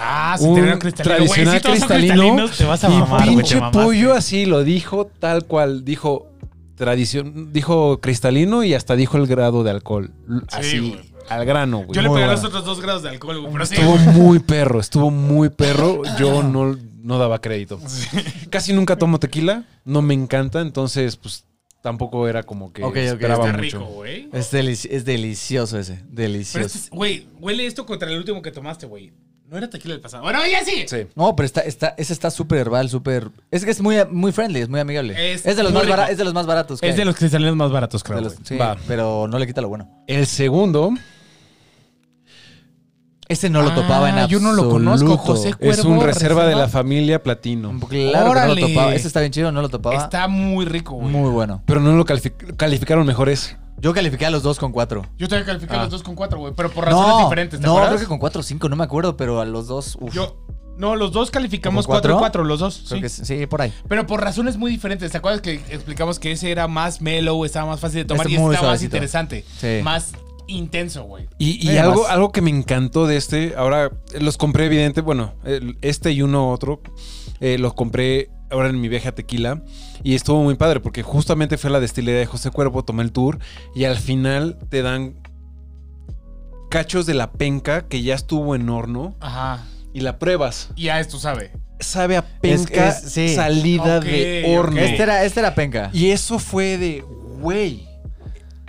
Speaker 3: Ah, si
Speaker 2: un
Speaker 3: te vieron cristalino. Güey,
Speaker 2: tradicional
Speaker 3: si todos son
Speaker 2: cristalino
Speaker 3: cristalinos, te vas a
Speaker 2: y
Speaker 3: mamar, güey. te
Speaker 2: pinche
Speaker 3: mamaste.
Speaker 2: pollo así lo dijo tal cual. Dijo, tradición, dijo cristalino y hasta dijo el grado de alcohol. L-
Speaker 3: Sí,
Speaker 2: Así,
Speaker 3: güey.
Speaker 2: al grano, güey.
Speaker 3: Yo le
Speaker 2: Muy
Speaker 3: pegué
Speaker 2: buena.
Speaker 3: los otros dos grados de alcohol, güey. Pero sí.
Speaker 2: Estuvo muy perro, estuvo muy perro. Yo no, no daba crédito. Casi nunca tomo tequila, no me encanta, entonces pues tampoco era como que
Speaker 4: Ok, ok,
Speaker 2: esperaba
Speaker 4: estaba
Speaker 2: mucho.
Speaker 3: Está rico, güey.
Speaker 4: Es, delici- es delicioso ese.
Speaker 3: Pero
Speaker 4: Delicioso.
Speaker 3: este es- güey, huele esto contra el último que tomaste, güey. No era tequila del pasado. Bueno, ya sí.
Speaker 2: Sí.
Speaker 4: No, pero está, está, ese está súper herbal, súper. Es que es muy, muy friendly, es muy amigable.
Speaker 3: Es
Speaker 4: Es, de los
Speaker 3: muy
Speaker 4: más bara-
Speaker 3: rico.
Speaker 4: es de los más baratos. que
Speaker 3: Es de
Speaker 4: hay.
Speaker 3: los cristalinos más baratos, creo.
Speaker 4: De los-
Speaker 3: güey.
Speaker 4: sí,
Speaker 2: Va.
Speaker 4: pero no le quita lo bueno.
Speaker 2: El segundo
Speaker 4: Ese no lo
Speaker 3: Ah,
Speaker 4: topaba en
Speaker 3: yo
Speaker 4: absoluto.
Speaker 3: no lo conozco, José.
Speaker 2: es un
Speaker 3: Cuervo,
Speaker 2: reserva de la
Speaker 3: reserva.
Speaker 2: familia platino.
Speaker 4: Claro que no
Speaker 3: Órale.
Speaker 4: lo topaba. Ese está bien chido, no lo topaba.
Speaker 3: Está muy rico, güey.
Speaker 4: muy bueno.
Speaker 2: Pero no lo calific- calificaron mejor ese.
Speaker 4: Yo califiqué a los dos con cuatro.
Speaker 3: Yo te voy a calificar
Speaker 4: Ah.
Speaker 3: los dos con cuatro, güey. Pero por razones
Speaker 4: No,
Speaker 3: diferentes, ¿te
Speaker 4: no
Speaker 3: acuerdas?
Speaker 4: creo que con cuatro o cinco, no me acuerdo, pero a los dos. uf,
Speaker 3: Yo. No, los dos calificamos
Speaker 4: ¿Como cuatro?
Speaker 3: 4 4, los dos.
Speaker 4: creo
Speaker 3: sí.
Speaker 4: que sí, sí, por ahí.
Speaker 3: Pero por razones muy diferentes. ¿Te acuerdas que explicamos que ese era más mellow, estaba más fácil de tomar
Speaker 4: Este
Speaker 3: y
Speaker 4: muy
Speaker 3: estaba más
Speaker 4: suavecito.
Speaker 3: interesante?
Speaker 4: Sí.
Speaker 3: Más intenso, güey.
Speaker 2: Y, y
Speaker 4: Mira
Speaker 2: algo,
Speaker 4: más.
Speaker 2: algo que me encantó de este, ahora eh, los compré evidente, bueno, el- este y uno otro, eh, los compré ahora en mi viaje a Tequila y estuvo muy padre porque justamente fue a la destilería de José Cuervo, tomé el tour y al final te dan cachos de la penca que ya estuvo en horno
Speaker 3: Ajá.
Speaker 2: y la pruebas.
Speaker 3: Y a esto sabe.
Speaker 2: Sabe a penca
Speaker 4: es- sí.
Speaker 2: salida
Speaker 3: Ok,
Speaker 2: de
Speaker 3: ok.
Speaker 2: horno.
Speaker 4: Este era, este era penca.
Speaker 2: Y eso fue de, güey,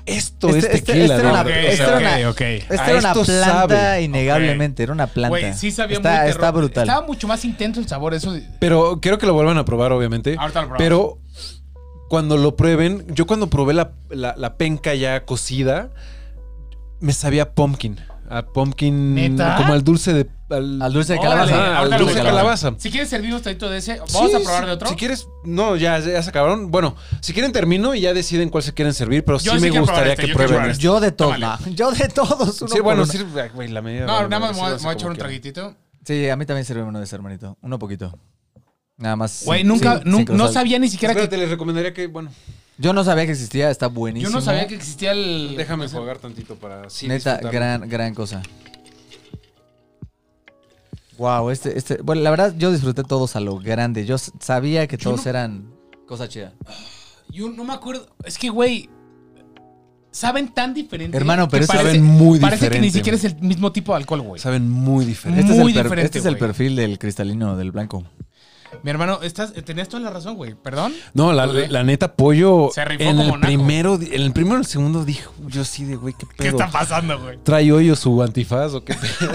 Speaker 2: esto
Speaker 4: Este-
Speaker 2: es
Speaker 4: este-
Speaker 2: tequila.
Speaker 4: este era
Speaker 2: ¿no?
Speaker 4: una-
Speaker 2: O
Speaker 3: Ok,
Speaker 2: sea,
Speaker 4: este era una-
Speaker 3: ok, ok.
Speaker 4: Esta
Speaker 2: a
Speaker 4: era una
Speaker 2: esto
Speaker 4: planta,
Speaker 2: sabe.
Speaker 4: innegablemente. Era una planta.
Speaker 3: Güey, sí sabía
Speaker 4: está,
Speaker 3: muy terro-
Speaker 4: Está brutal.
Speaker 3: Estaba mucho más intenso el sabor, eso. de-
Speaker 2: Pero quiero que lo vuelvan a probar, obviamente.
Speaker 3: Ahorita lo probamos.
Speaker 2: Pero cuando lo prueben, yo cuando probé la, la- la penca ya cocida, me sabía a pumpkin. A pumpkin.
Speaker 3: ¿Neta?
Speaker 2: Como al dulce de. Al,
Speaker 4: Al dulce de
Speaker 3: Órale,
Speaker 4: calabaza.
Speaker 2: Ajá,
Speaker 3: ahorita
Speaker 2: al
Speaker 3: lo
Speaker 2: Ah, dulce de
Speaker 3: buscamos.
Speaker 2: calabaza.
Speaker 3: Si quieres servir un tadito de ese,
Speaker 2: Sí,
Speaker 3: vamos a probar
Speaker 2: sí,
Speaker 3: de otro.
Speaker 2: Si quieres, no, ya, ya se acabaron. Bueno, si quieren termino y ya deciden cuál se quieren servir, pero
Speaker 3: Yo
Speaker 2: sí
Speaker 3: sí
Speaker 2: me
Speaker 3: quiero probar
Speaker 2: gustaría
Speaker 3: este,
Speaker 2: que
Speaker 3: yo quiero
Speaker 2: prueben.
Speaker 3: probar
Speaker 2: este.
Speaker 4: Yo de todos.
Speaker 3: Tómale.
Speaker 4: ma. Yo de todos. uno
Speaker 2: Sí, bueno,
Speaker 4: por uno.
Speaker 2: sí, ay, güey, la medida.
Speaker 3: no,
Speaker 2: vale,
Speaker 3: nada más me
Speaker 2: sí,
Speaker 3: voy a-
Speaker 2: así
Speaker 3: me voy a
Speaker 2: como
Speaker 3: echar un
Speaker 2: quiera.
Speaker 3: traguitito.
Speaker 4: Sí, a mí también sirve uno de ese hermanito. Uno poquito. Nada más.
Speaker 3: Güey,
Speaker 4: sin-
Speaker 3: nunca,
Speaker 4: sin-
Speaker 3: nu-
Speaker 4: sin
Speaker 3: no
Speaker 4: cruzar.
Speaker 3: sabía ni siquiera que.
Speaker 2: Espérate, les recomendaría que, bueno,
Speaker 4: Yo no sabía que existía, está buenísimo.
Speaker 3: Yo no sabía que existía el.
Speaker 2: déjame jugar tantito para. sí
Speaker 4: Neta,
Speaker 2: disfrutarlo.
Speaker 4: gran, gran cosa. Wow, este, este. Bueno, la verdad, yo disfruté todos a lo grande. Yo s- sabía que
Speaker 3: Yo
Speaker 4: todos
Speaker 3: no-
Speaker 4: eran cosa chida.
Speaker 3: Yo no me acuerdo. Es que, güey. Saben tan diferente.
Speaker 4: Hermano, pero
Speaker 3: que
Speaker 4: es-
Speaker 3: parece-
Speaker 2: Saben muy
Speaker 3: Parece que ni
Speaker 2: diferente.
Speaker 3: siquiera es el mismo tipo de alcohol, güey.
Speaker 2: Saben muy diferente.
Speaker 4: Este,
Speaker 3: Muy
Speaker 4: es, el per-
Speaker 3: diferente,
Speaker 4: este es el
Speaker 3: güey.
Speaker 4: perfil del cristalino, del blanco.
Speaker 3: Mi hermano, estás, tenías toda la razón, güey. Perdón.
Speaker 2: No, la,
Speaker 3: Joder.
Speaker 2: la neta, Pollo.
Speaker 3: Se rifó
Speaker 2: en
Speaker 3: como
Speaker 2: el
Speaker 3: naco.
Speaker 2: primero, di- en el primero, el segundo dijo, yo sí de güey, qué pedo.
Speaker 3: ¿Qué está pasando, güey?
Speaker 2: ¿Trae hoyo su antifaz o qué pedo?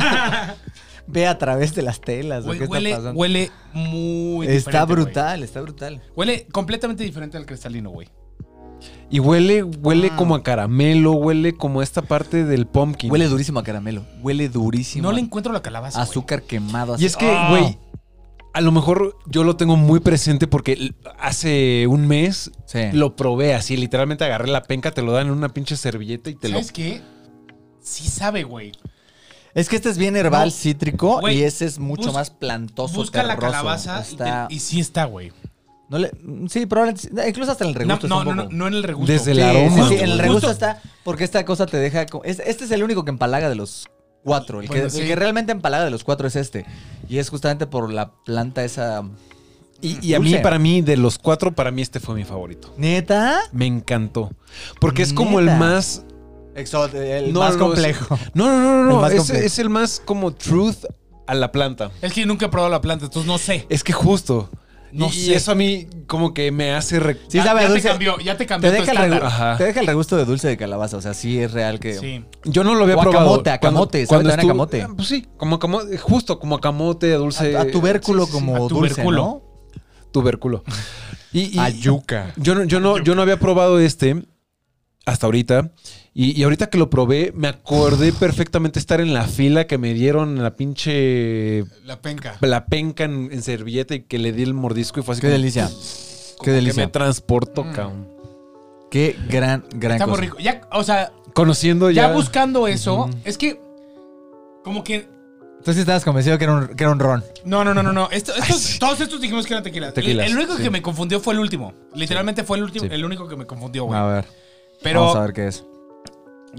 Speaker 4: Ve a través de las telas.
Speaker 3: Güey,
Speaker 4: ¿qué está
Speaker 3: Huele,
Speaker 4: pasando?
Speaker 3: huele muy diferente.
Speaker 4: está
Speaker 3: güey.
Speaker 4: brutal, está brutal.
Speaker 3: Huele completamente diferente al cristalino, güey.
Speaker 2: Y huele, huele
Speaker 3: Ah.
Speaker 2: como a caramelo, huele como a esta parte del pumpkin.
Speaker 4: Huele durísimo a caramelo. Huele durísimo.
Speaker 3: No
Speaker 4: a
Speaker 3: le encuentro la calabaza. güey.
Speaker 4: azúcar quemado.
Speaker 2: y
Speaker 4: así.
Speaker 2: es que,
Speaker 3: Ah.
Speaker 2: güey, a lo mejor yo lo tengo muy presente porque l- hace un mes
Speaker 4: oh, Sí.
Speaker 2: lo probé así. Literalmente agarré la penca, te lo dan en una pinche servilleta y te lo.
Speaker 3: ¿Sabes qué? Sí sabe, güey.
Speaker 4: Es que este es bien herbal
Speaker 3: No.
Speaker 4: cítrico
Speaker 3: Güey,
Speaker 4: y ese es mucho
Speaker 3: bus-
Speaker 4: más plantoso.
Speaker 3: Busca la
Speaker 4: terroso.
Speaker 3: calabaza y,
Speaker 4: Está-
Speaker 3: te- y sí está, güey.
Speaker 4: no le- mm, Sí, probablemente. sí, Incluso hasta en el
Speaker 3: No,
Speaker 4: regusto.
Speaker 3: no,
Speaker 4: está
Speaker 3: no,
Speaker 4: un
Speaker 3: no,
Speaker 4: poco-
Speaker 3: no en el regusto.
Speaker 2: Desde el
Speaker 4: Sí,
Speaker 2: aroma,
Speaker 4: sí, sí,
Speaker 2: güey.
Speaker 4: en el regusto
Speaker 3: Justo.
Speaker 4: está. Porque esta cosa te deja. co- es- Este es el único que empalaga de los cuatro. El,
Speaker 3: Bueno,
Speaker 4: que, el
Speaker 3: sí.
Speaker 4: que realmente empalaga de los cuatro es este. Y es justamente por la planta esa.
Speaker 3: Mm,
Speaker 2: Y, y a mí,
Speaker 4: Dulce.
Speaker 2: para mí, de los cuatro, para mí este fue mi favorito.
Speaker 4: ¿Neta?
Speaker 2: Me encantó. Porque es como el
Speaker 4: Neta.
Speaker 2: más
Speaker 4: Exo- el
Speaker 2: No,
Speaker 4: más
Speaker 2: no,
Speaker 4: complejo.
Speaker 2: No, no, no, no,
Speaker 4: El
Speaker 2: no.
Speaker 4: más
Speaker 2: es,
Speaker 4: complejo.
Speaker 2: es el más como truth a la planta.
Speaker 3: Es que nunca he probado la planta, entonces no sé.
Speaker 2: Es que justo.
Speaker 3: No
Speaker 2: y, y
Speaker 3: sé.
Speaker 2: eso a mí como que me hace... re-
Speaker 4: Sí,
Speaker 3: ya,
Speaker 4: sabe a
Speaker 3: ya te
Speaker 4: dulce.
Speaker 3: cambió, ya te
Speaker 4: Te
Speaker 3: cambió tu
Speaker 4: deja, el
Speaker 3: estándar.
Speaker 4: regu-
Speaker 2: Ajá.
Speaker 4: te deja el regusto de dulce de calabaza. O sea, sí es real que.
Speaker 3: Sí.
Speaker 2: Yo no lo había
Speaker 4: O a
Speaker 2: probado.
Speaker 4: camote, a camote, sabe también a camote.
Speaker 2: Ah, pues sí, como a camote, justo, como a camote, a dulce...
Speaker 4: A, a tubérculo
Speaker 2: sí, sí, sí,
Speaker 4: como
Speaker 3: a
Speaker 4: dulce,
Speaker 3: tubérculo.
Speaker 4: ¿no?
Speaker 2: tubérculo. Y, y-
Speaker 4: A yuca.
Speaker 2: Yo no, yo, no, yo no había probado este hasta ahorita. Y, y ahorita que lo probé, me acordé perfectamente estar en la fila que me dieron la pinche...
Speaker 3: La penca.
Speaker 2: La penca en, en servilleta y que le di el mordisco y fue así
Speaker 4: Pues, Qué
Speaker 2: como-
Speaker 4: delicia.
Speaker 2: Como
Speaker 4: Qué
Speaker 2: Que
Speaker 4: delicia.
Speaker 2: me transportó,
Speaker 3: Mm.
Speaker 2: cabrón.
Speaker 4: Qué gran, gran
Speaker 3: Está muy
Speaker 4: cosa.
Speaker 3: rico. Ya, o sea,
Speaker 2: Conociendo
Speaker 4: Pues
Speaker 3: ya,
Speaker 2: ya.
Speaker 3: buscando eso, es que como que
Speaker 4: Tú sí estabas convencido que era un, que era un ron.
Speaker 3: no, no, no, no, no. Esto- estos- todos estos dijimos que eran tequila.
Speaker 2: Tequilas,
Speaker 3: el único
Speaker 2: sí.
Speaker 3: que me confundió fue el último. Literalmente fue el último,
Speaker 2: Sí.
Speaker 3: el único que me confundió, güey.
Speaker 4: ver.
Speaker 3: Pero
Speaker 4: Vamos a ver qué es.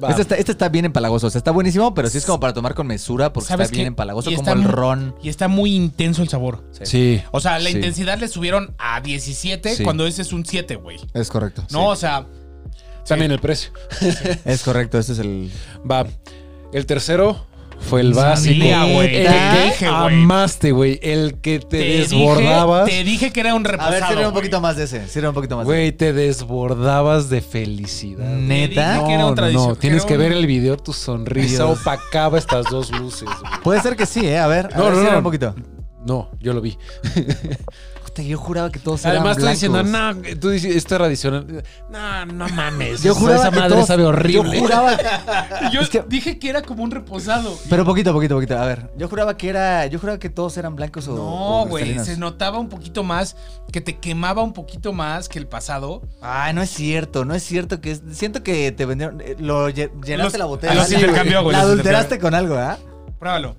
Speaker 2: Va.
Speaker 4: Este está, este está bien empalagoso. O sea, está buenísimo, pero sí es como para tomar con mesura porque está
Speaker 3: ¿Sabes
Speaker 4: bien
Speaker 3: qué?
Speaker 4: empalagoso,
Speaker 3: Y
Speaker 4: como
Speaker 3: está
Speaker 4: el
Speaker 3: mu-
Speaker 4: ron.
Speaker 3: Y está muy intenso el sabor.
Speaker 2: Sí.
Speaker 3: O sea, la
Speaker 4: Sí.
Speaker 3: intensidad le subieron a 17
Speaker 4: Sí.
Speaker 3: cuando ese es un 7, güey.
Speaker 4: Es correcto.
Speaker 3: No, o sea,
Speaker 2: También el precio.
Speaker 4: Es correcto, ese es el.
Speaker 2: Va. El tercero fue el básico.
Speaker 3: Sabía, güey,
Speaker 2: El
Speaker 3: te
Speaker 2: que
Speaker 3: dije, güey.
Speaker 2: amaste, güey. El que te,
Speaker 3: te
Speaker 2: desbordabas.
Speaker 3: Dije, te dije que era un
Speaker 4: A
Speaker 3: repasado.
Speaker 4: ver, sirve un
Speaker 3: güey.
Speaker 4: poquito más de ese. Sirve un poquito más de
Speaker 2: Güey, te desbordabas de felicidad. güey.
Speaker 4: Neta.
Speaker 3: Dije que era
Speaker 2: No,
Speaker 3: un
Speaker 2: no,
Speaker 3: tradicio-
Speaker 2: no, tienes
Speaker 3: era
Speaker 2: que
Speaker 3: un-
Speaker 2: ver el video, tu sonrisa
Speaker 4: Dios.
Speaker 2: opacaba estas dos luces. güey.
Speaker 4: Puede ser que sí, ¿eh? A ver, a
Speaker 2: No,
Speaker 4: ver,
Speaker 2: no,
Speaker 4: sírveme
Speaker 2: no.
Speaker 4: un poquito.
Speaker 2: No, yo lo vi.
Speaker 4: Puta, yo juraba que todos
Speaker 2: Además, tú
Speaker 4: eran
Speaker 2: diciendo,
Speaker 4: blancos.
Speaker 2: no, tú dices, esto es tradicional. No, no mames.
Speaker 4: Yo
Speaker 2: esa-
Speaker 4: juraba
Speaker 2: esa
Speaker 4: que
Speaker 2: madre
Speaker 4: todos-
Speaker 2: sabe horrible.
Speaker 4: Yo juraba.
Speaker 3: Yo
Speaker 4: Es que-
Speaker 3: dije que era como un reposado.
Speaker 4: Pero poquito, poquito, poquito. A ver, yo juraba que era. Yo juraba que todos eran blancos o.
Speaker 3: No,
Speaker 4: o
Speaker 3: güey,
Speaker 4: cristalinos.
Speaker 3: se notaba un poquito más, que te quemaba un poquito más que el pasado.
Speaker 4: Ay, no es cierto, no es cierto que es- siento que te vendieron, eh, lo lle- llenaste
Speaker 3: Los-
Speaker 4: la botella.
Speaker 3: los
Speaker 4: Sí,
Speaker 3: intercambió, güey,
Speaker 4: La
Speaker 3: los
Speaker 4: adulteraste con algo, ¿ah?
Speaker 3: Pruébalo,